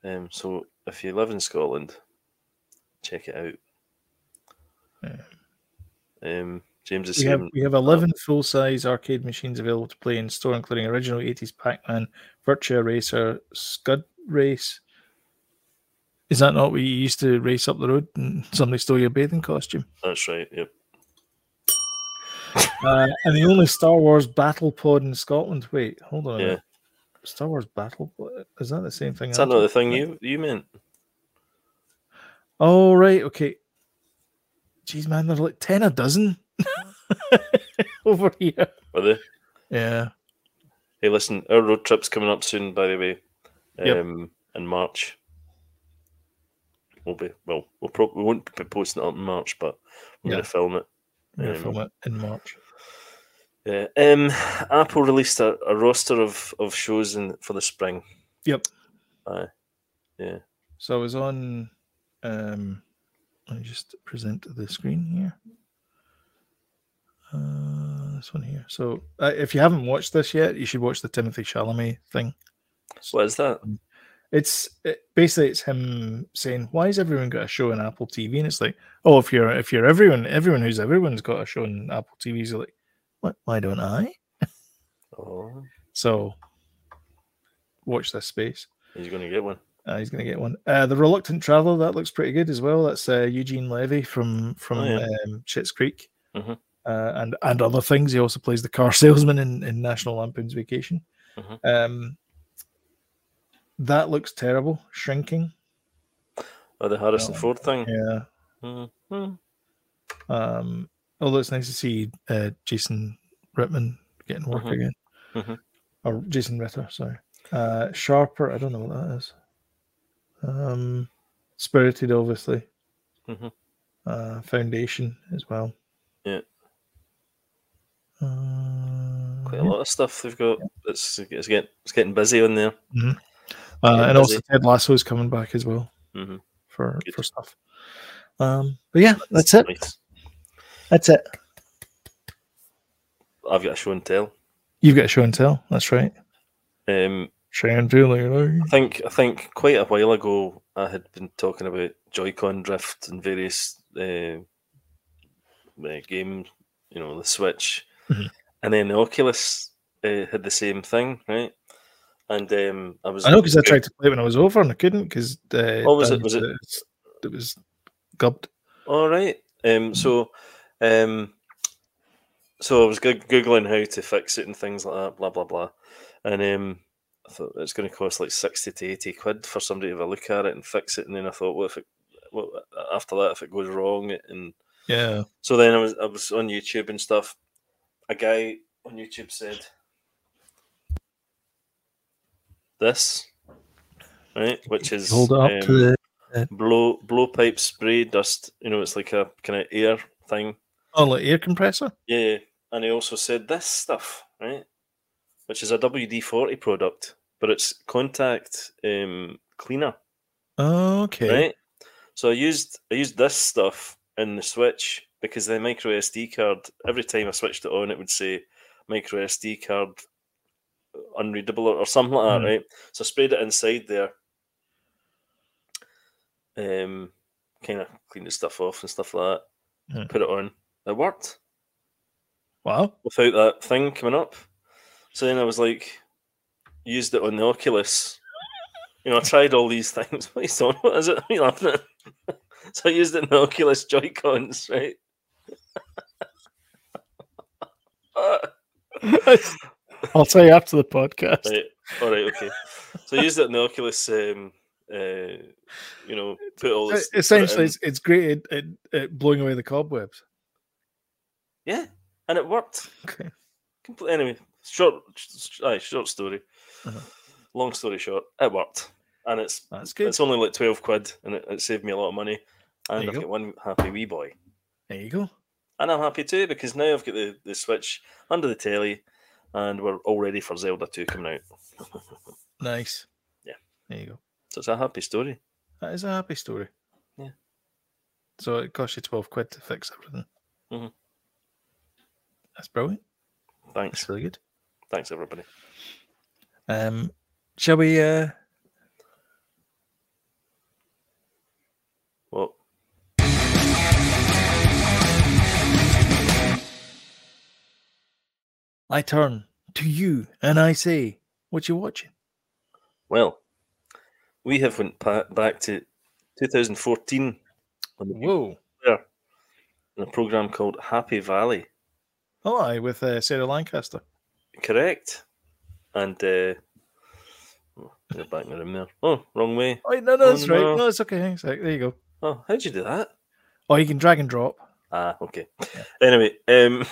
B: Um, so if you live in Scotland, check it out.
A: Yeah.
B: Um, James is
A: we have
B: saying,
A: we have eleven full size arcade machines available to play in store, including original eighties Pac Man, Virtua Racer, Scud Race. Is that not what you used to race up the road and somebody stole your bathing costume?
B: that's right. Yep.
A: Uh, and the only Star Wars battle pod in Scotland. Wait, hold on. a
B: Yeah.
A: minute. Star Wars battle pod? Is that the same thing?
B: Is
A: I
B: that not the
A: did?
B: thing you you meant?
A: Oh right, okay. Jeez, man, there's like ten a dozen *laughs* over here.
B: Are they?
A: Yeah.
B: Hey, listen, our road trip's coming up soon, by the way.
A: Yep.
B: Um, in March. We'll be well. We'll pro- we won't be posting it up in March, but
A: Yeah.
B: we're going to film it.
A: We're gonna
B: Um,
A: film it in March.
B: Yeah. Um, Apple released a, a roster of, of shows in for the spring.
A: Yep.
B: Aye. Yeah.
A: So I was on. Um, let me just present the screen here. Uh, this one here. So uh, if you haven't watched this yet, you should watch the Timothy Chalamet thing.
B: What is that?
A: It's it, basically it's him saying, "Why has everyone got a show on Apple TV?" And it's like, "Oh, if you're if you're everyone, everyone who's everyone's got a show on Apple TV." He's like, "What? Why don't I?"
B: Oh,
A: So watch this space.
B: he's going to get one.
A: Uh, he's going to get one. Uh, the Reluctant Traveler that looks pretty good as well. That's uh, Eugene Levy from from
B: Oh, yeah.
A: um, Schitt's Creek,
B: Mhm.
A: uh, and and other things. He also plays the car *laughs* salesman in, in National Lampoon's Vacation.
B: Mhm.
A: Um, that looks terrible. Shrinking.
B: Oh, the Harrison
A: Oh,
B: Ford thing.
A: Yeah.
B: Mhm.
A: Um, although it's nice to see uh, Jason Rittman getting work
B: Mhm.
A: again,
B: Mhm.
A: or Jason Ritter, sorry. Uh, Sharper, I don't know what that is. Um, Spirited, obviously.
B: Mhm.
A: Uh, Foundation as well.
B: Yeah.
A: Uh,
B: Quite
A: yeah.
B: a lot of stuff they've got. It's it's getting it's getting busy on there.
A: Uh,
B: Yeah,
A: and also
B: busy.
A: Ted Lasso is coming back as well
B: Mhm.
A: for
B: Good.
A: for stuff. Um, but yeah, that's it.
B: Nice.
A: That's it.
B: I've got a show and tell.
A: You've got show and tell. That's right.
B: Um,
A: Show and tell. you know.
B: I think I think quite a while ago I had been talking about Joy-Con drift and various uh, uh, game, you know, the Switch,
A: Mhm.
B: and then the Oculus uh, had the same thing, right? And um, I was
A: I know because I tried to play it when I was over and I couldn't because uh,
B: What was it?
A: Dan
B: Was it-
A: said was- It was gubbed.
B: All right. Um, so, um, so I was goo- googling how to fix it and things like that, blah blah blah, and um, I thought it's going to cost like sixty to eighty quid for somebody to have a look at it and fix it, and then I thought, what if it, what after that if it goes wrong? And
A: Yeah,
B: so then I was I was on YouTube and stuff. A guy on YouTube said this, right, which is
A: hold it up to
B: um,
A: the.
B: blow blowpipe spray dust. You know, it's like a kind of air thing.
A: Oh, like air compressor.
B: Yeah, yeah. And he also said this stuff, right, which is a WD forty product, but it's contact um, cleaner,
A: Okay.
B: right? So I used I used this stuff in the switch because the micro SD card. Every time I switched it on, it would say micro SD card unreadable or, or something like that,
A: Hmm.
B: right? So I sprayed it inside there. Um, kind of cleaned the stuff off and stuff like that.
A: Hmm.
B: Put it on. It worked
A: Wow.
B: without that thing coming up. So then I was like, used it on the Oculus. You know, I tried all these *laughs* things. What are you talking about? Is it? *laughs* What are you laughing at? *laughs* so I used it in the Oculus Joy Cons, right?
A: I'll tell you after the podcast.
B: Right. All right. Okay. So I used it in the Oculus. Um, uh, you know, put all
A: Uh,
B: this. put it
A: Essentially,
B: in.
A: it's, it's great at, at, at blowing away the cobwebs.
B: yeah, and it worked.
A: Okay.
B: Compl- Anyway, short, sh- aye, short story.
A: Uh-huh.
B: Long story short, it worked, and it's
A: That's good.
B: It's only like 12 quid and it, it saved me a lot of money.
A: There
B: And
A: you
B: I've
A: go.
B: got one happy wee boy.
A: There you go.
B: And I'm happy too because now I've got the, the Switch under the telly and we're all ready for Zelda 2 coming out.
A: Nice.
B: Yeah.
A: There you go.
B: So it's a happy story.
A: That is a happy story.
B: Yeah.
A: So it cost you twelve quid to fix everything.
B: Mhm.
A: That's brilliant.
B: Thanks.
A: That's really good.
B: Thanks, everybody.
A: Um, shall we? Uh,
B: Well,
A: I turn to you and I say, "What you watching?"
B: well we have went pa- back to 2014 on the Big
A: Whoa!
B: Player in a program called Happy Valley.
A: Oh, I with uh, Sarah Lancaster.
B: Correct. And uh, oh, they're back in the room there. Oh, wrong way.
A: Oh, no, no,
B: Oh,
A: that's right.
B: no.
A: No, it's okay. Hang on a sec. There you go.
B: Oh, how'd you do that?
A: Oh, you can drag and drop.
B: Ah, okay. Anyway, um,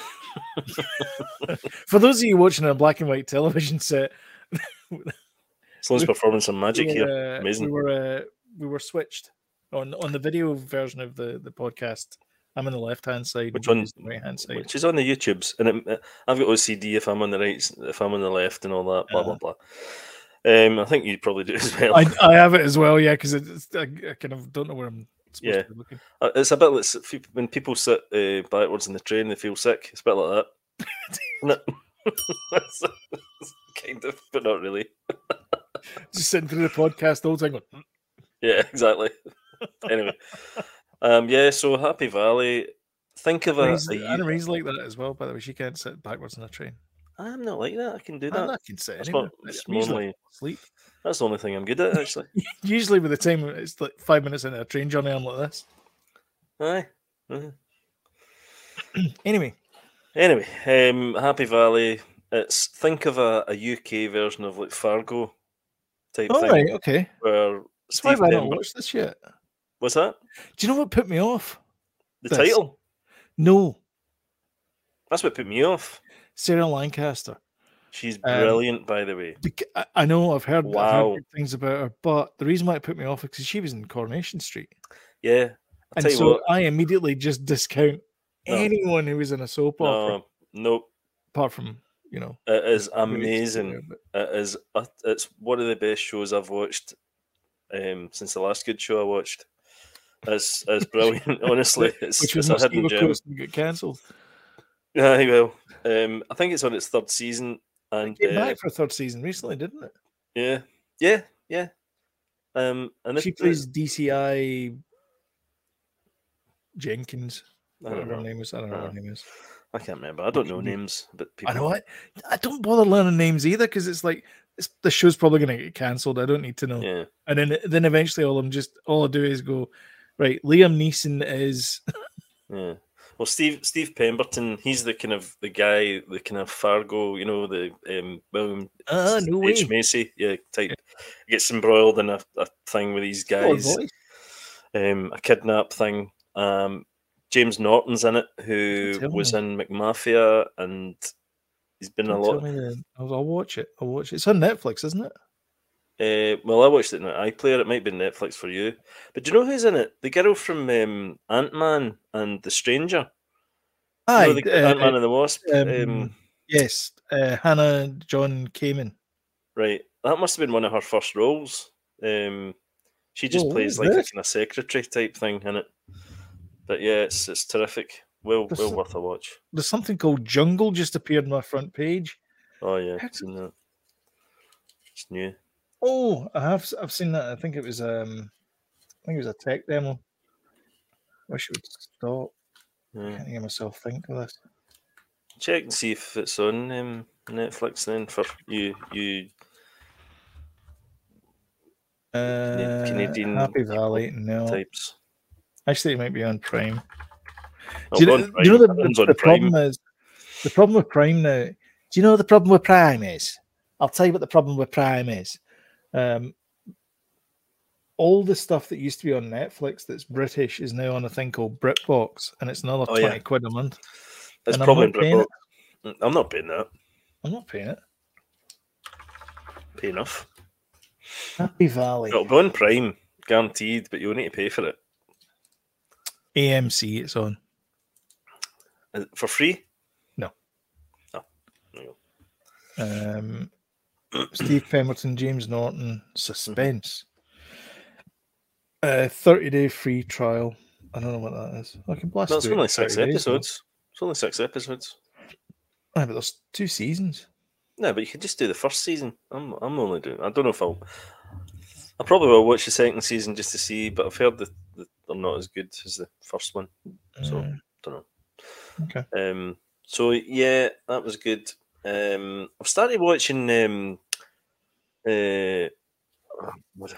A: For those of you watching on a black and white television *laughs* set,
B: Sloan's performance and magic
A: we
B: here.
A: were, uh,
B: Amazing.
A: We were, uh, we were switched on on the video version of the the podcast. I'm on the left hand side.
B: Which
A: and
B: one-
A: he's on The right hand side.
B: Which is on the YouTubes, and it, I've got OCD if I'm on the right, if I'm on the left, and all that, blah blah blah. Um, I think you probably do *laughs* as well.
A: I, I have it as well, yeah, because I, I kind of don't know where I'm supposed
B: Yeah.
A: to be looking.
B: Uh, It's a bit like s- fe- when people sit uh, backwards in the train, they feel sick. It's a bit like *laughs* that. That's kind of, but not really.
A: Just sitting through the podcast the whole time. Going, "Mm."
B: Yeah, exactly. *laughs* anyway, um, yeah. So Happy Valley. Think of a.
A: Marie's-
B: a
A: Anna Marie's like that as well, by the way. She can't sit backwards in a train.
B: I'm not like that. I can do
A: I,
B: that.
A: I can sit
B: That's
A: anywhere.
B: not- that's
A: I'm usually
B: normally-
A: asleep.
B: That's the only thing I'm good at, *laughs* actually.
A: Usually, with the time it's like five minutes into a train journey, I'm like this.
B: Aye.
A: Anyway,
B: Anyway, um, Happy Valley. It's think of a, a UK version of like Fargo type
A: all
B: thing.
A: right, okay.
B: Where
A: Why
B: Steve
A: have I not
B: Denver,
A: watched this yet?
B: was that
A: Do you know what put me off?
B: the
A: This.
B: title?
A: No,
B: That's what put me off.
A: Sarah Lancaster.
B: She's
A: Um,
B: brilliant, by the way.
A: Bec- I- I know I've heard, I've heard
B: Wow.
A: good things about her, but the reason why it put me off is because she was in Coronation Street,
B: Yeah. I'll
A: and
B: tell you
A: so
B: what.
A: I immediately just discount
B: No.
A: anyone who was in a soap opera,
B: No, no,
A: apart from you know.
B: it is
A: movies,
B: amazing.
A: but-
B: It is. ut- It's one of the best shows I've watched um, since the last good show I watched. It's,
A: *laughs*
B: it's brilliant. Honestly, it's,
A: Which
B: it's
A: was
B: a
A: must
B: hidden
A: of
B: gem. *laughs*
A: course and got cancelled.
B: Yeah, well, um, I think it's on its third season, and
A: Came
B: uh,
A: back for a third season recently, didn't it?
B: yeah, yeah, yeah. Um, and
A: she
B: it-
A: plays DCI Jenkins,
B: I don't
A: whatever her
B: know.
A: name is. I don't know what her name is.
B: I can't remember. I don't know names, but Uh-huh. people.
A: I know I, I don't bother learning names either because it's like it's, the show's probably going to get cancelled. I don't need to know.
B: Yeah,
A: And then then eventually, all I'm just all I do is go, right. Liam Neeson is *laughs*
B: yeah. Well, Steve Steve Pemberton, he's the kind of the guy, the kind of Fargo, you know, the um, William
A: uh, no way.
B: H Macy, yeah, type gets embroiled in a, a thing with these
A: Oh,
B: guys,
A: voice.
B: um, a kidnap thing. Um, James Norton's in it, who
A: Tell
B: was
A: me.
B: in McMafia, and he's been in a
A: Don't
B: lot.
A: tell me the- I'll, I'll watch it. I'll watch it. It's on Netflix, isn't it?
B: Uh, well, I watched it on iPlayer. It might be Netflix for you. But do you know who's in it? The girl from um, Ant Man and the Stranger.
A: Aye,
B: you know, the,
A: uh,
B: Ant Man and the Wasp. Um,
A: um, yes, uh, Hannah John Kamen.
B: right, that must have been one of her first roles. Um, she just
A: Whoa, what
B: plays
A: Oh, is
B: like a
A: this?
B: kind of secretary type thing in it. But yeah, it's it's terrific. Well,
A: There's
B: well
A: some-
B: worth a watch.
A: There's something called Jungle just appeared on my front page.
B: Oh yeah,
A: How
B: I've seen that. It's new.
A: Oh, I have s- I've seen that. I think it was um, I think it was a tech demo. Wish it would stop. I
B: Yeah.
A: can't hear myself think of this.
B: Check and see if it's on um, Netflix then for you you
A: Uh,
B: Canadian
A: Happy Valley. No,
B: types.
A: actually, it might be on Prime.
B: Oh,
A: Do you, know,
B: on
A: do you know
B: Prime.
A: the,
B: Everyone's
A: the,
B: on
A: the
B: Prime.
A: problem is the problem with Prime now? Do you know the problem with Prime is? I'll tell you what the problem with Prime is. Um, all the stuff that used to be on Netflix that's British is now on a thing called BritBox, and it's another
B: Oh,
A: twenty
B: yeah.
A: quid a month.
B: It's
A: And I'm
B: probably
A: not paying it.
B: Britbox. I'm not paying that.
A: I'm not paying it.
B: Pay enough.
A: Happy Valley,
B: It'll be on Prime, guaranteed, but you'll need to pay for it.
A: AMC, it's on.
B: Is it Uh, For free?
A: Um, Steve Pemberton, James Norton, Suspense. Uh, 30 day free trial. I don't know what that is. I can blast
B: No, it's
A: through it
B: only
A: in
B: six
A: 30 days, though.
B: episodes. It's only six episodes.
A: Aye, but there's two seasons.
B: No, but you could just do the first season. I'm I'm only doing I don't know if I'll I probably will watch the second season just to see, but I've heard that that they're not as good as the first one. So
A: Mm.
B: dunno.
A: Okay.
B: Um so yeah, that was good. Um I've started watching um uh what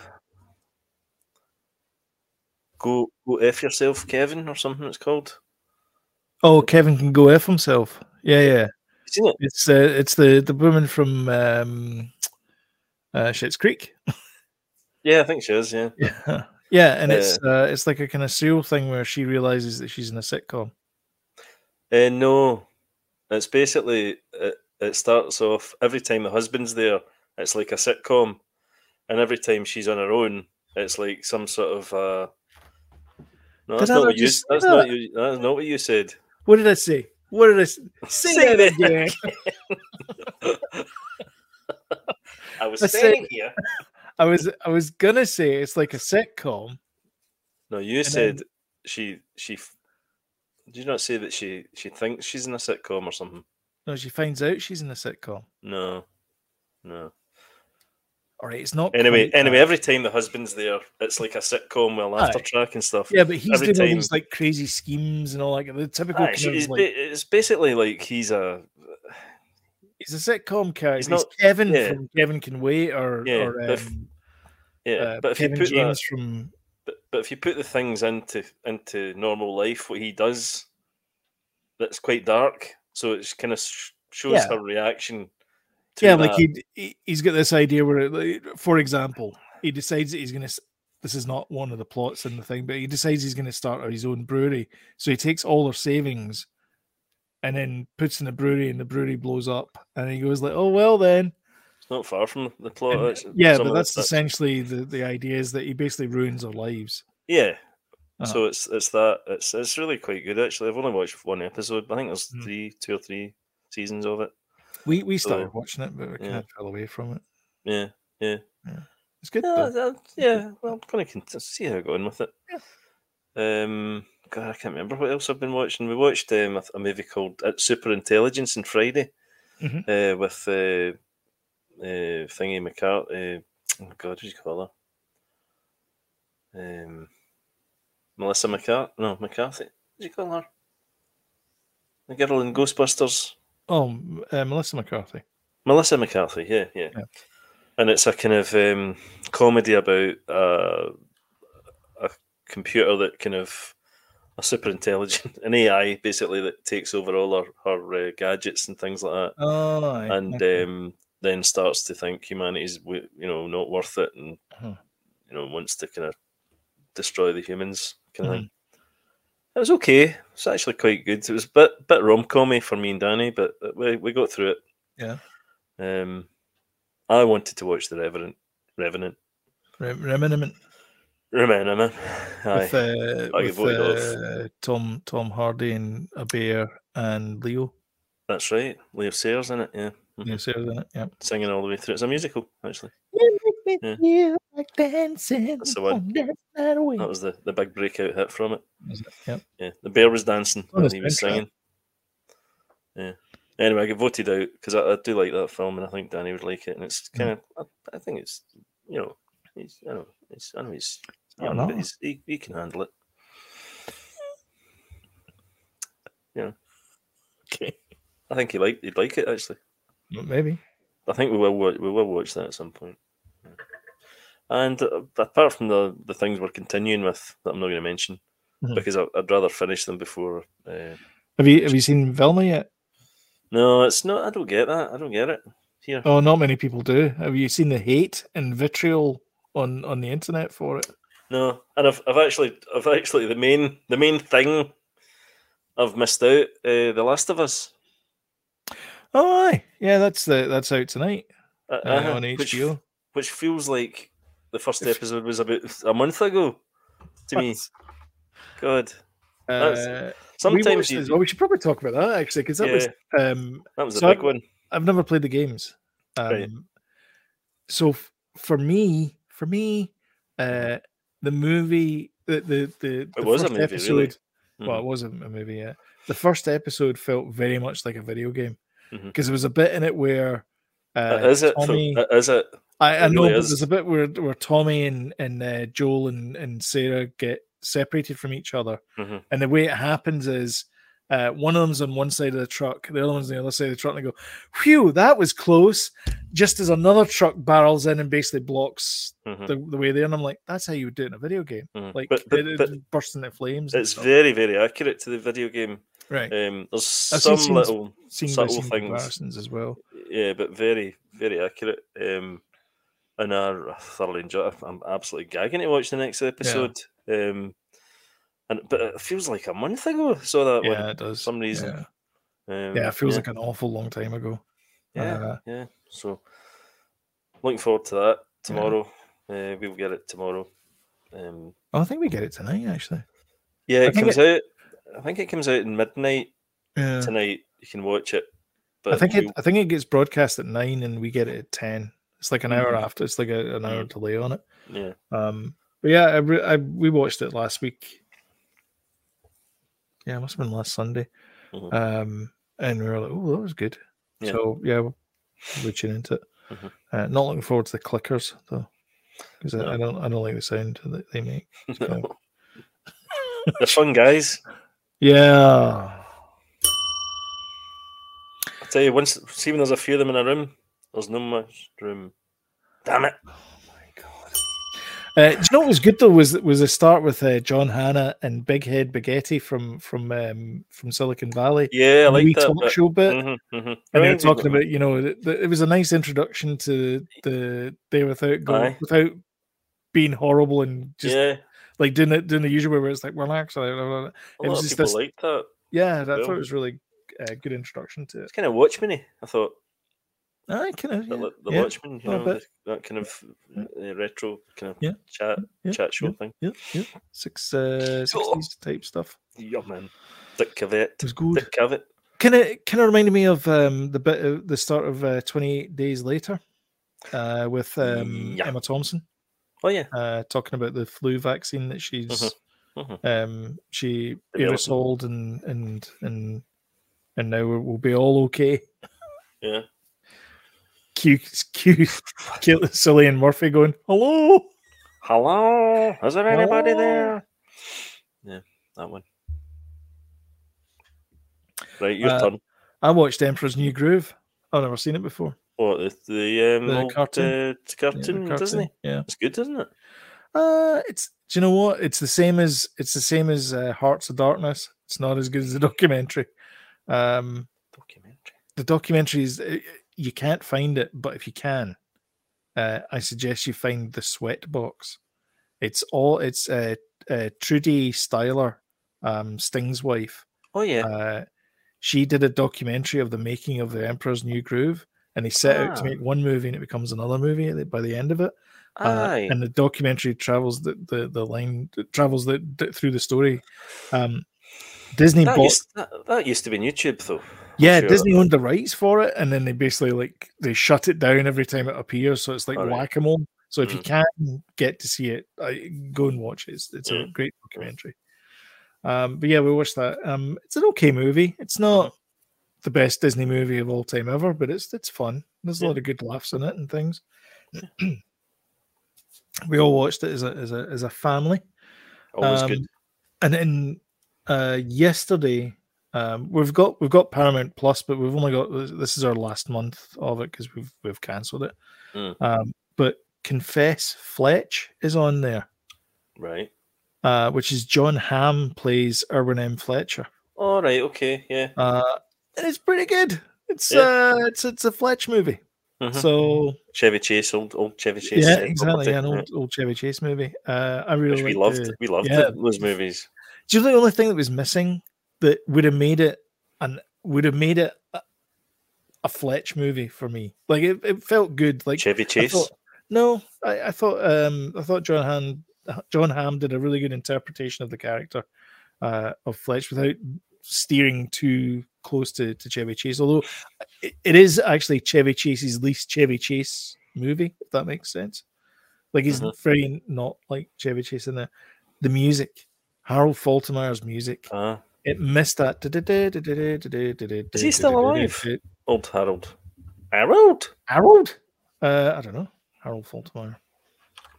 B: Go Go F yourself, Kevin, or something it's called.
A: Oh, Kevin can go F himself. Yeah, yeah.
B: You seen it?
A: It's uh, it's the, the woman from um, uh, Shit's Creek.
B: Yeah, I think she is, yeah.
A: Yeah. *laughs* Yeah, and it's uh, it's like a kind of surreal thing where she realizes that she's in a sitcom.
B: Uh, no, it's basically it, it starts off every time the husband's there, it's like a sitcom, and every time she's on her own, it's like some sort of. Uh, no,
A: Did
B: that's
A: I
B: not
A: not
B: what you.
A: just say
B: That's
A: that?
B: not you. That's not what you said.
A: What did I say? What did I s- say?
B: Say
A: that
B: that
A: again.
B: I I was
A: I say-
B: standing here.
A: I was I was gonna say it's like a sitcom.
B: No, you
A: And
B: said
A: then-
B: she she. f- Did you not say that she she thinks she's in a sitcom or something?
A: No, she finds out she's in a sitcom.
B: No, no.
A: All right, it's not.
B: Anyway,
A: quite that.
B: anyway, every time the husband's there, it's like a sitcom with a laughter
A: Aye.
B: track and stuff.
A: yeah, but he's
B: every
A: doing all
B: time-
A: these like crazy schemes and all like the typical.
B: Aye, she-
A: kind of,
B: it's,
A: like,
B: ba- it's basically like he's a
A: he's a sitcom character. He's,
B: not-
A: Kevin
B: yeah.
A: from Kevin Can Wait, or
B: Yeah,
A: or um,
B: but if- yeah.
A: uh,
B: but if
A: Kevin
B: you put
A: James
B: that,
A: from
B: but, but if you put the things into into normal life, what he does, that's quite dark. So it kind of sh- shows
A: Yeah.
B: her reaction. To uh,
A: yeah,
B: that.
A: like he'd, he he's got this idea where, like, for example, he decides that he's going to. This is not one of the plots in the thing, but he decides he's going to start his own brewery. So he takes all her savings, and then puts in a brewery, and the brewery blows up. And he goes like, "Oh well, then."
B: it's not far from the plot.
A: And-
B: it's-
A: yeah,
B: some
A: but
B: of
A: that's
B: the stuff.
A: essentially the the idea is that he basically ruins our lives.
B: Yeah.
A: Uh-huh.
B: So it's it's that it's it's really quite good actually. I've only watched one episode. I think there's
A: Mm.
B: three, two or three seasons of it.
A: We we
B: So,
A: started watching it, but we
B: yeah.
A: kind of fell away from it.
B: Yeah,
A: It's good.
B: yeah,
A: though.
B: that- yeah. Well, I'm gonna cont- see how I'm going with it. Um, God, I can't remember what else I've been watching. We watched um, a, a movie called uh, Super Intelligence on Friday
A: Mhm.
B: uh, with uh, uh, Thingy McCart. Uh, oh God, what do you call her? Um, Melissa McCart? No, McCarthy. What do you call her? The girl in Ghostbusters.
A: Oh, m- uh, Melissa McCarthy.
B: Melissa McCarthy, yeah, yeah,
A: Yeah.
B: And it's a kind of um, comedy about uh, a computer that kind of a super intelligent, *laughs* an AI basically that takes over all her, her uh, gadgets and things like that
A: Oh, aye,
B: and
A: okay.
B: um, then starts to think humanity's w- you know not worth it, and
A: Mhm.
B: you know wants to kind of destroy the humans kind of thing. It was okay. It's actually quite good. It was a bit bit rom commy for me and Danny, but uh, we we got through it.
A: Yeah.
B: Um, I wanted to watch the Revenant. Revenant.
A: Re- Remnant.
B: Remember, man.
A: with, uh,
B: I
A: with
B: voted off.
A: uh, Tom Tom Hardy and a bear and Leo.
B: That's right. Leo Sayers in it. Yeah. Mhm.
A: You see her in it? Yeah.
B: Singing all the way through. It's a musical actually. Yeah.
A: You like dancing
B: That's the one.
A: on that night away.
B: That was the, the big breakout hit from it.
A: Is it? Yep.
B: Yeah, the bear was dancing
A: Oh,
B: and
A: that's
B: he was
A: good, yeah.
B: singing. Yeah. Anyway, I got voted out because I, I do like that film and I think Danny would like it. And it's
A: Mm.
B: kind of, I, I think it's, you know, he's, I don't know, he's, I know he's,
A: I
B: young,
A: dunno.
B: but he's he, he can handle it. Yeah. Okay. I think he like he'd like it actually.
A: Maybe.
B: I think we will watch, we will watch that at some point. Yeah. And uh, apart from the the things we're continuing with that I'm not going to mention
A: Mhm.
B: because I, I'd rather finish them before. Uh,
A: Have you have you seen Velma yet?
B: no, it's not. I don't get that. I don't get it. Here,
A: Oh, not many people do. Have you seen the hate and vitriol on on the internet for it?
B: no. And I've, I've actually I've actually the main the main thing I've missed out. Uh, the Last of Us.
A: Oh, aye. yeah, that's the that's out tonight
B: Uh,
A: uh,
B: uh-huh,
A: on
B: which,
A: HBO.
B: which feels like the first
A: If-
B: episode was about a month ago to me. God, that's-
A: Uh, we,
B: sometimes
A: watched
B: you,
A: as well. we should probably talk about that actually because that was um,
B: that was a
A: so I-
B: big one.
A: I've never played the games. Um,
B: Right.
A: So f- for me, for me, uh, the movie, the the the, the
B: was a
A: first
B: movie, really. Mm-hmm.
A: Well, it wasn't a movie yet. The first episode felt very much like a video game
B: Mhm.
A: because there was a bit in it where uh,
B: Uh, is it? though?
A: Tommy,
B: Uh, is it?
A: I, I
B: it
A: know,
B: really
A: but
B: is.
A: there's a bit where where Tommy and and uh, Joel and and Sarah get separated from each other,
B: Mhm.
A: and the way it happens is. Uh, one of them's on one side of the truck, the other one's on the other side of the truck, and they go, "Phew, that was close!" Just as another truck barrels in and basically blocks
B: Mhm.
A: the, the way there, and I'm like, "That's how you would do it in a video game,
B: Mhm.
A: like
B: but, but,
A: it, it
B: but
A: bursts into flames." and
B: it's
A: stuff."
B: very, very accurate to the video game.
A: right.
B: Um, there's
A: I've
B: some
A: seen scenes-
B: little,
A: Seen by
B: subtle
A: seen
B: things.
A: comparisons as well.
B: yeah, but very, very accurate. Um, and I thoroughly enjoy. it. I'm absolutely gagging to watch the next episode. Um, and but it feels like a month ago I saw that
A: Yeah,
B: one.
A: it does.
B: For some reason.
A: yeah,
B: Um,
A: yeah it feels
B: yeah,
A: like an awful long time ago.
B: yeah,
A: uh,
B: yeah. So looking forward to that tomorrow. Uh, we'll get it tomorrow. Um,
A: Oh, I think we get it tonight, actually.
B: yeah,
A: I
B: it
A: think
B: comes out. I think it comes out in midnight
A: Yeah.
B: tonight. You can watch it. But
A: I think it.
B: we'll-
A: I think it gets broadcast at nine, and we get it at ten. It's like an hour
B: Mhm.
A: after. It's like a, an hour
B: Mhm.
A: delay on it.
B: Yeah.
A: Um, but yeah, I, re- I we watched it last week. Yeah, it must have been last Sunday.
B: Mhm.
A: Um, and we were like, "Oh, that was good."
B: Yeah.
A: So yeah, we'll be tuning into it.
B: Mhm.
A: Uh, not looking forward to the clickers though, because I, I
B: No.
A: don't I don't like the sound that they make.
B: No. They're fun guys.
A: Yeah,
B: I tell you, once see when there's a few of them in a room, there's no much room. Damn it!
A: Oh, Uh, do you know what was good though was was the start with uh, John Hanna and Big Head Baghetti from from um, from Silicon Valley.
B: Yeah,
A: The
B: I
A: wee
B: like that.
A: talk
B: bit.
A: show bit,
B: Mhm, mhm.
A: and they were
B: Reminds me of
A: talking
B: them.
A: about you know the, the, it was a nice introduction to the day without go,
B: Aye.
A: without being horrible and just
B: yeah,
A: like doing it doing the usual way where it's like well actually blah, blah, blah."
B: a
A: it
B: lot
A: was
B: of
A: just
B: people
A: this-
B: like that.
A: yeah that thought
B: Well.
A: it was really uh, good introduction to it.
B: It's kind of Watchmen. I thought
A: I kind of
B: the,
A: yeah,
B: Lo- the
A: yeah,
B: Watchmen, you
A: a
B: know,
A: bit.
B: the- that kind of uh, retro kind of
A: Yeah.
B: chat
A: yeah,
B: chat show thing.
A: yeah, yeah, six uh, 60s type stuff.
B: Yeah, man. Dick Cavett.
A: It was good.
B: Dick Cavett.
A: kind of kind of reminded me of um, the bit of the start of uh, 28 days later uh, with um,
B: Yeah.
A: Emma Thompson
B: Oh yeah.
A: uh, talking about the flu vaccine that she's
B: mhm.
A: Um, she
B: Developing.
A: aerosoled and and and and now we'll we'll be all okay. *laughs*
B: Yeah.
A: Q Q Kill- Cillian Murphy going hello.
B: Hello. Is there anybody
A: Hello?
B: there? Yeah, that one. Right, your
A: Uh,
B: turn.
A: I watched Emperor's New Groove. I've never seen it before.
B: What the, the, um,
A: the
B: old,
A: cartoon?
B: uh,
A: Yeah, the
B: cartoon, Disney?
A: cartoon, Yeah.
B: It's good, isn't it?
A: Uh, it's do you know what? It's the same as it's the same as uh, Hearts of Darkness. It's not as good as the *laughs* documentary. Um,
B: Documentary.
A: the documentary is uh, you can't find it, but if you can, uh, I suggest you find the Sweat Box. It's all it's uh, uh, Trudy Styler, um, Sting's wife.
B: Oh yeah.
A: Uh, she did a documentary of the making of The Emperor's New Groove, and they set out to
B: Ah.
A: make one movie, and it becomes another movie at the- by the end of it. Uh,
B: Aye.
A: and the documentary travels the, the, the line it travels the, d- through the story. Um, Disney
B: that,
A: bought,
B: used, that, that used to be on YouTube though.
A: yeah,
B: sure.
A: Disney owned the rights for it, and then they basically like they shut it down every time it appears, so it's like
B: Alright.
A: whack a mole. So
B: Mm.
A: if you can get to see it, I, go and watch it. It's, it's
B: Yeah.
A: a great documentary. Um, but yeah, we watched that. Um, it's an okay movie. It's not
B: Mm-hmm.
A: the best Disney movie of all time ever, but it's it's fun. There's a
B: Yeah.
A: lot of good laughs in it and things. *clears throat* we all watched it as a as a as a family.
B: Always
A: Um,
B: good.
A: And then uh, yesterday, um, we've got we've got Paramount Plus, but we've only got this is our last month of it because we've we've cancelled it.
B: Mm.
A: Um, but Confess Fletch is on there,
B: Right.
A: uh, which is John Hamm plays Irwin M. Fletcher,
B: All right. Okay. Yeah.
A: uh, and it's pretty good. It's
B: Yeah.
A: uh, it's it's a Fletch movie,
B: Mhm.
A: so
B: Chevy Chase, old old Chevy Chase.
A: yeah,
B: uh,
A: exactly.
B: property,
A: Yeah, an
B: yeah,
A: old, old Chevy Chase movie. Uh, I
B: Which
A: really
B: we
A: liked
B: loved.
A: the-
B: we loved
A: yeah.
B: it, those movies.
A: Do you know the only thing that was missing that would have made it and would have made it a, a Fletch movie for me? Like it, it felt good. Like
B: Chevy
A: I
B: Chase.
A: thought, no, I, I thought um I thought John Ham John Ham did a really good interpretation of the character uh, of Fletch without steering too close to, to Chevy Chase. Although it, it is actually Chevy Chase's least Chevy Chase movie, if that makes sense. Like he's
B: Mhm.
A: very not like Chevy Chase in there. The music, Harold Faltermeyer's music,
B: Ah,
A: it missed that.
B: Is he still alive? old Harold. Harold.
A: Harold? Uh, I don't know. Harold Faltermeyer.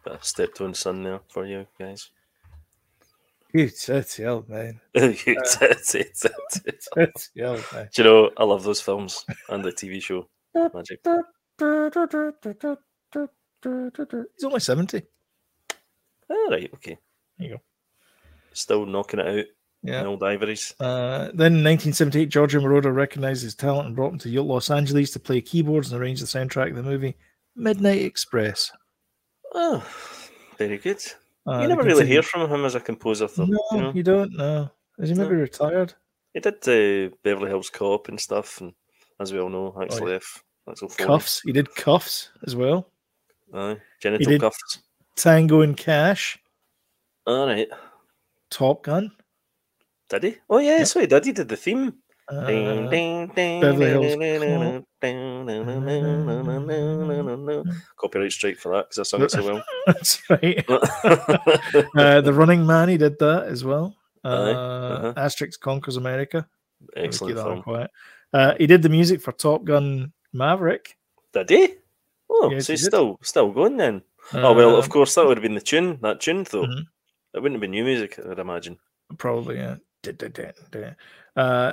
B: That stepped on son there for you guys. *laughs*
A: You dirty old man. *laughs*
B: *laughs* You did, did, did.
A: Dirty old man.
B: Do you know, I love those films and the TV show Magic.
A: He's only 70.
B: All right, okay.
A: There you go.
B: Still knocking it out in
A: Yeah.
B: old ivories.
A: Uh, then in 1978, Giorgio Moroder recognized his talent and brought him to Los Angeles to play keyboards and arrange the soundtrack of the movie Midnight Express.
B: Oh, very good.
A: Uh,
B: you
A: they
B: never really hear
A: continued-
B: from him as a composer, though.
A: No,
B: you know?
A: you don't. No. Is he
B: No.
A: maybe retired?
B: He did uh, Beverly Hills Cop and stuff, and as we all know, Axel F. Axel Foley.
A: Oh, Cuffs. He did cuffs as well.
B: Aye. Genital
A: did-
B: cuffs.
A: Tango and Cash.
B: All right.
A: Top Gun.
B: Did he? Oh, yeah, so he did. He did the theme.
A: Uh,
B: Ding, ding, ding,
A: Beverly
B: ding,
A: Hills
B: ding, ding,
A: Cop.
B: ding, ding, ding, ding, ding, ding, ding, ding, ding, ding. Copyright strike for that because I sung it
A: *laughs*
B: so well.
A: *laughs*
B: *laughs*
A: that's right. Uh, the Running Man, he did that as well. Uh,
B: uh-huh.
A: Asterix Conquers America. Let's
B: Excellent
A: keep that one
B: film.
A: quiet. Uh, he did the music for Top Gun Maverick.
B: Did he? Oh,
A: Yes, he
B: so he's
A: did.
B: still still going then. oh well, of
A: Um,
B: course that would have been the tune. That tune though,
A: Mhm.
B: that wouldn't have been new music, I'd imagine.
A: probably yeah. Duh, duh, duh, duh. Uh,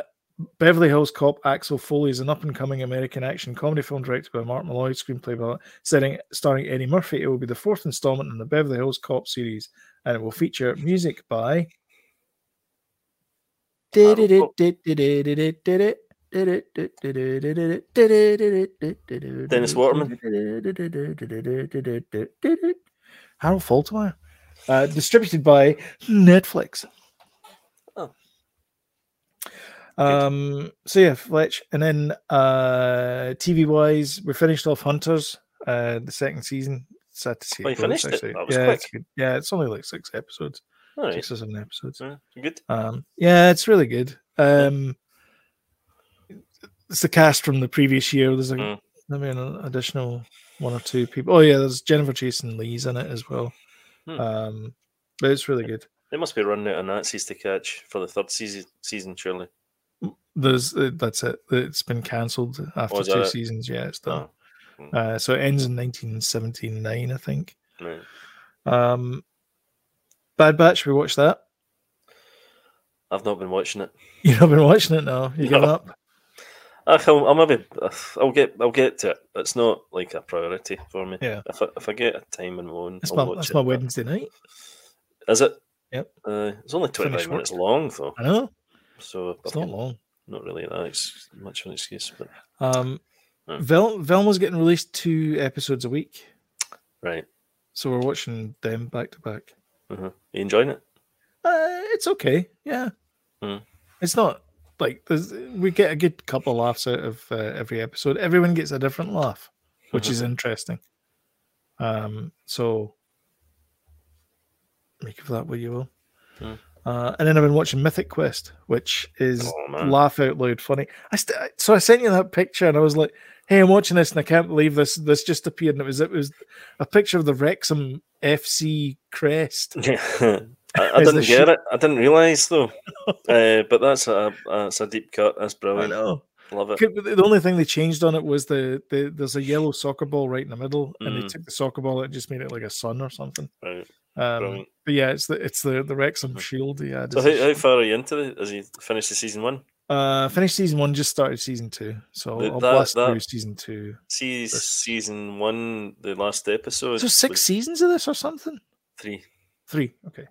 A: Beverly Hills Cop Axel Foley is an up and coming American action comedy film directed by Mark Malloy, screenplay by starring, starring Eddie Murphy. It will be the fourth installment in the Beverly Hills Cop series, and it will feature music by. Dennis
B: Waterman.
A: Harold Faltermeyer. Uh, distributed by Netflix.
B: Oh.
A: Um, so yeah, Fletch, and then uh, TV wise, we finished off Hunters, uh, the second season. Sad to see.
B: Oh, you
A: go, it's
B: finished it?
A: actually-
B: That was
A: yeah,
B: quick.
A: It's good. yeah, it's only like six episodes,
B: All right,
A: six or seven episodes.
B: Yeah, good.
A: Um, yeah, it's really good. Um, it's the cast from the previous year. There's a,
B: Mm.
A: I mean, an additional one or two people. Oh yeah, there's Jennifer Jason Lee's in it as well.
B: Hmm.
A: Um, but it's really good.
B: They must be running out of Nazis to catch for the third season. Season surely.
A: There's uh, that's it. It's been cancelled after
B: is
A: two
B: that it?
A: seasons. Yeah, it's done.
B: Oh,
A: Uh, so it ends in 1979, I think.
B: right.
A: Um, Bad Batch. We watched that. *laughs*
B: I've not been watching it.
A: You've not been watching it now. You giving
B: No.
A: up?
B: Ach, I'll, I'll maybe I'll get I'll get to it. It's not like a priority for me.
A: Yeah.
B: If I, if I get a time and one,
A: That's
B: I'll
A: my
B: watch
A: that's
B: it.
A: my Wednesday night.
B: Is it?
A: Yep.
B: Uh, it's only twenty
A: Finish
B: five
A: work.
B: minutes long though,
A: I know
B: so
A: it's
B: I've
A: not long.
B: not really that ex- much of an excuse. But
A: Um,
B: Oh.
A: Vel- Velma's getting released two episodes a week,
B: right,
A: so we're watching them back to back.
B: uh-huh. you
A: *laughs*
B: enjoying it?
A: Uh, it's okay, yeah.
B: Hmm.
A: It's not like there's, we get a good couple of laughs out of uh, every episode. Everyone gets a different laugh, which
B: Mm-hmm.
A: is interesting. Um, so make of that what you will.
B: Hmm.
A: Uh, and then I've been watching Mythic Quest, which is
B: Oh, man.
A: laugh out loud funny. I st- I- so I sent you that picture, and I was like, "Hey, I'm watching this, and I can't believe this. This just appeared, and it was it was a picture of the Wrexham FC crest."
B: I, *laughs* I
A: Is the
B: didn't get
A: shit-
B: it. I didn't
A: *laughs*
B: realise though. uh, but that's a that's a deep cut. That's
A: I
B: brilliant.
A: know.
B: Love it.
A: Could- The only thing they changed on it was the, the there's a yellow soccer ball right in the middle, and they
B: Mm.
A: took the soccer ball and just made it like a sun or something.
B: Right,
A: Um,
B: brilliant.
A: but yeah, it's the it's the the Wrexham
B: Mm.
A: Shield. Yeah,
B: So
A: just,
B: how, how far are you into it? Has he finished the season one?
A: uh, finished season one, just started season two, so
B: Th-
A: I'll
B: that-
A: blast
B: that-
A: through season two.
B: See
A: Yes.
B: season one, the last episode.
A: Is there six
B: was
A: seasons of this or something?
B: three.
A: Three. Okay.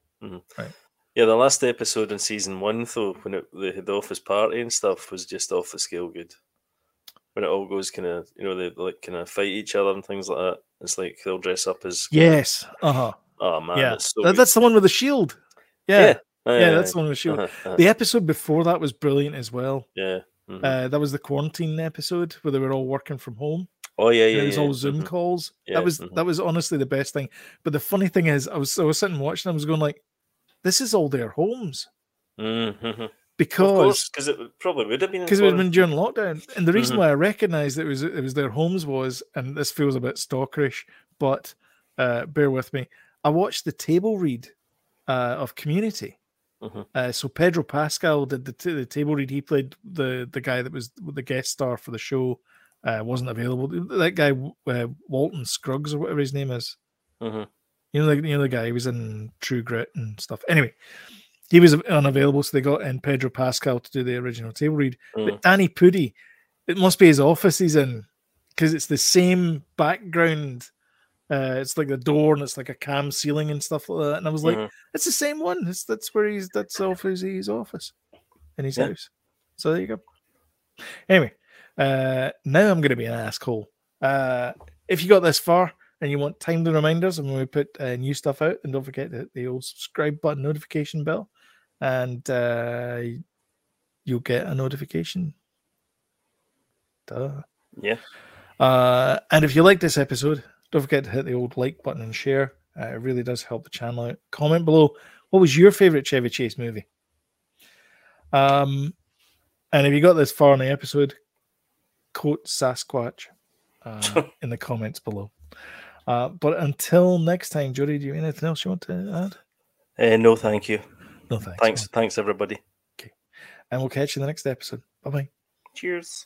B: Yeah, the last episode in season one, though, when it, they had the office party and stuff, was just off the scale good. When it all goes kind of, you know, they like kind of fight each other and things like that. It's like they'll dress up as,
A: Yes. Uh huh.
B: oh man,
A: yeah.
B: it's so
A: That-
B: good.
A: that's the one with the shield. Yeah. Yeah, that's the one with the shield.
B: uh uh
A: The episode before that was brilliant as well.
B: yeah. mhm.
A: Uh, that was the quarantine episode where they were all working from home.
B: oh yeah, yeah,
A: it was
B: yeah.
A: all Zoom
B: mhm.
A: calls.
B: Yeah,
A: that was
B: mhm.
A: that was honestly the best thing. But the funny thing is, I was I was sitting watching. I was going like, "This is all their homes
B: Mhm. Of
A: because
B: course, because it would- probably would have been in
A: because it was
B: foreign.
A: been during lockdown." And the reason
B: Mhm.
A: why I recognised it was it was their homes was, and this feels a bit stalkerish, but uh, bear with me. I watched the table read uh, of Community.
B: Mhm.
A: Uh, so Pedro Pascal did the, t- the table read. He played the the guy that was the guest star for the show. Uh, wasn't available. That guy uh, Walton Scruggs or whatever his name is.
B: Mhm.
A: You know, the, you know the guy. He was in True Grit and stuff. Anyway, he was unavailable, so they got in Pedro Pascal to do the original table read.
B: Mm.
A: But Danny Pudi, it must be his office he's in because it's the same background. Uh, it's like the door and it's like a cam ceiling and stuff like that. And I was like,
B: Mhm.
A: it's the same one. It's, that's where he's. That's the office. His office, in his
B: Yeah.
A: house. So there you go. Anyway, uh, now I'm going to be an asshole. Uh, if you got this far and you want timely reminders and when we put uh, new stuff out, then don't forget the, the old subscribe button, notification bell, and uh, you'll get a notification. Duh.
B: Yeah.
A: Uh, and if you like this episode, don't forget to hit the old like button and share. Uh, it really does help the channel out. Comment below what was your favorite Chevy Chase movie? Um, And if you got this far in the episode, quote Sasquatch
B: Mm-hmm.
A: uh, in the comments below. Uh, but until next time, Jody, do you have anything else you want to add?
B: Uh, no, thank you.
A: No, thanks.
B: Thanks, thanks everybody.
A: And we'll catch you in the next episode. Bye bye.
B: Cheers.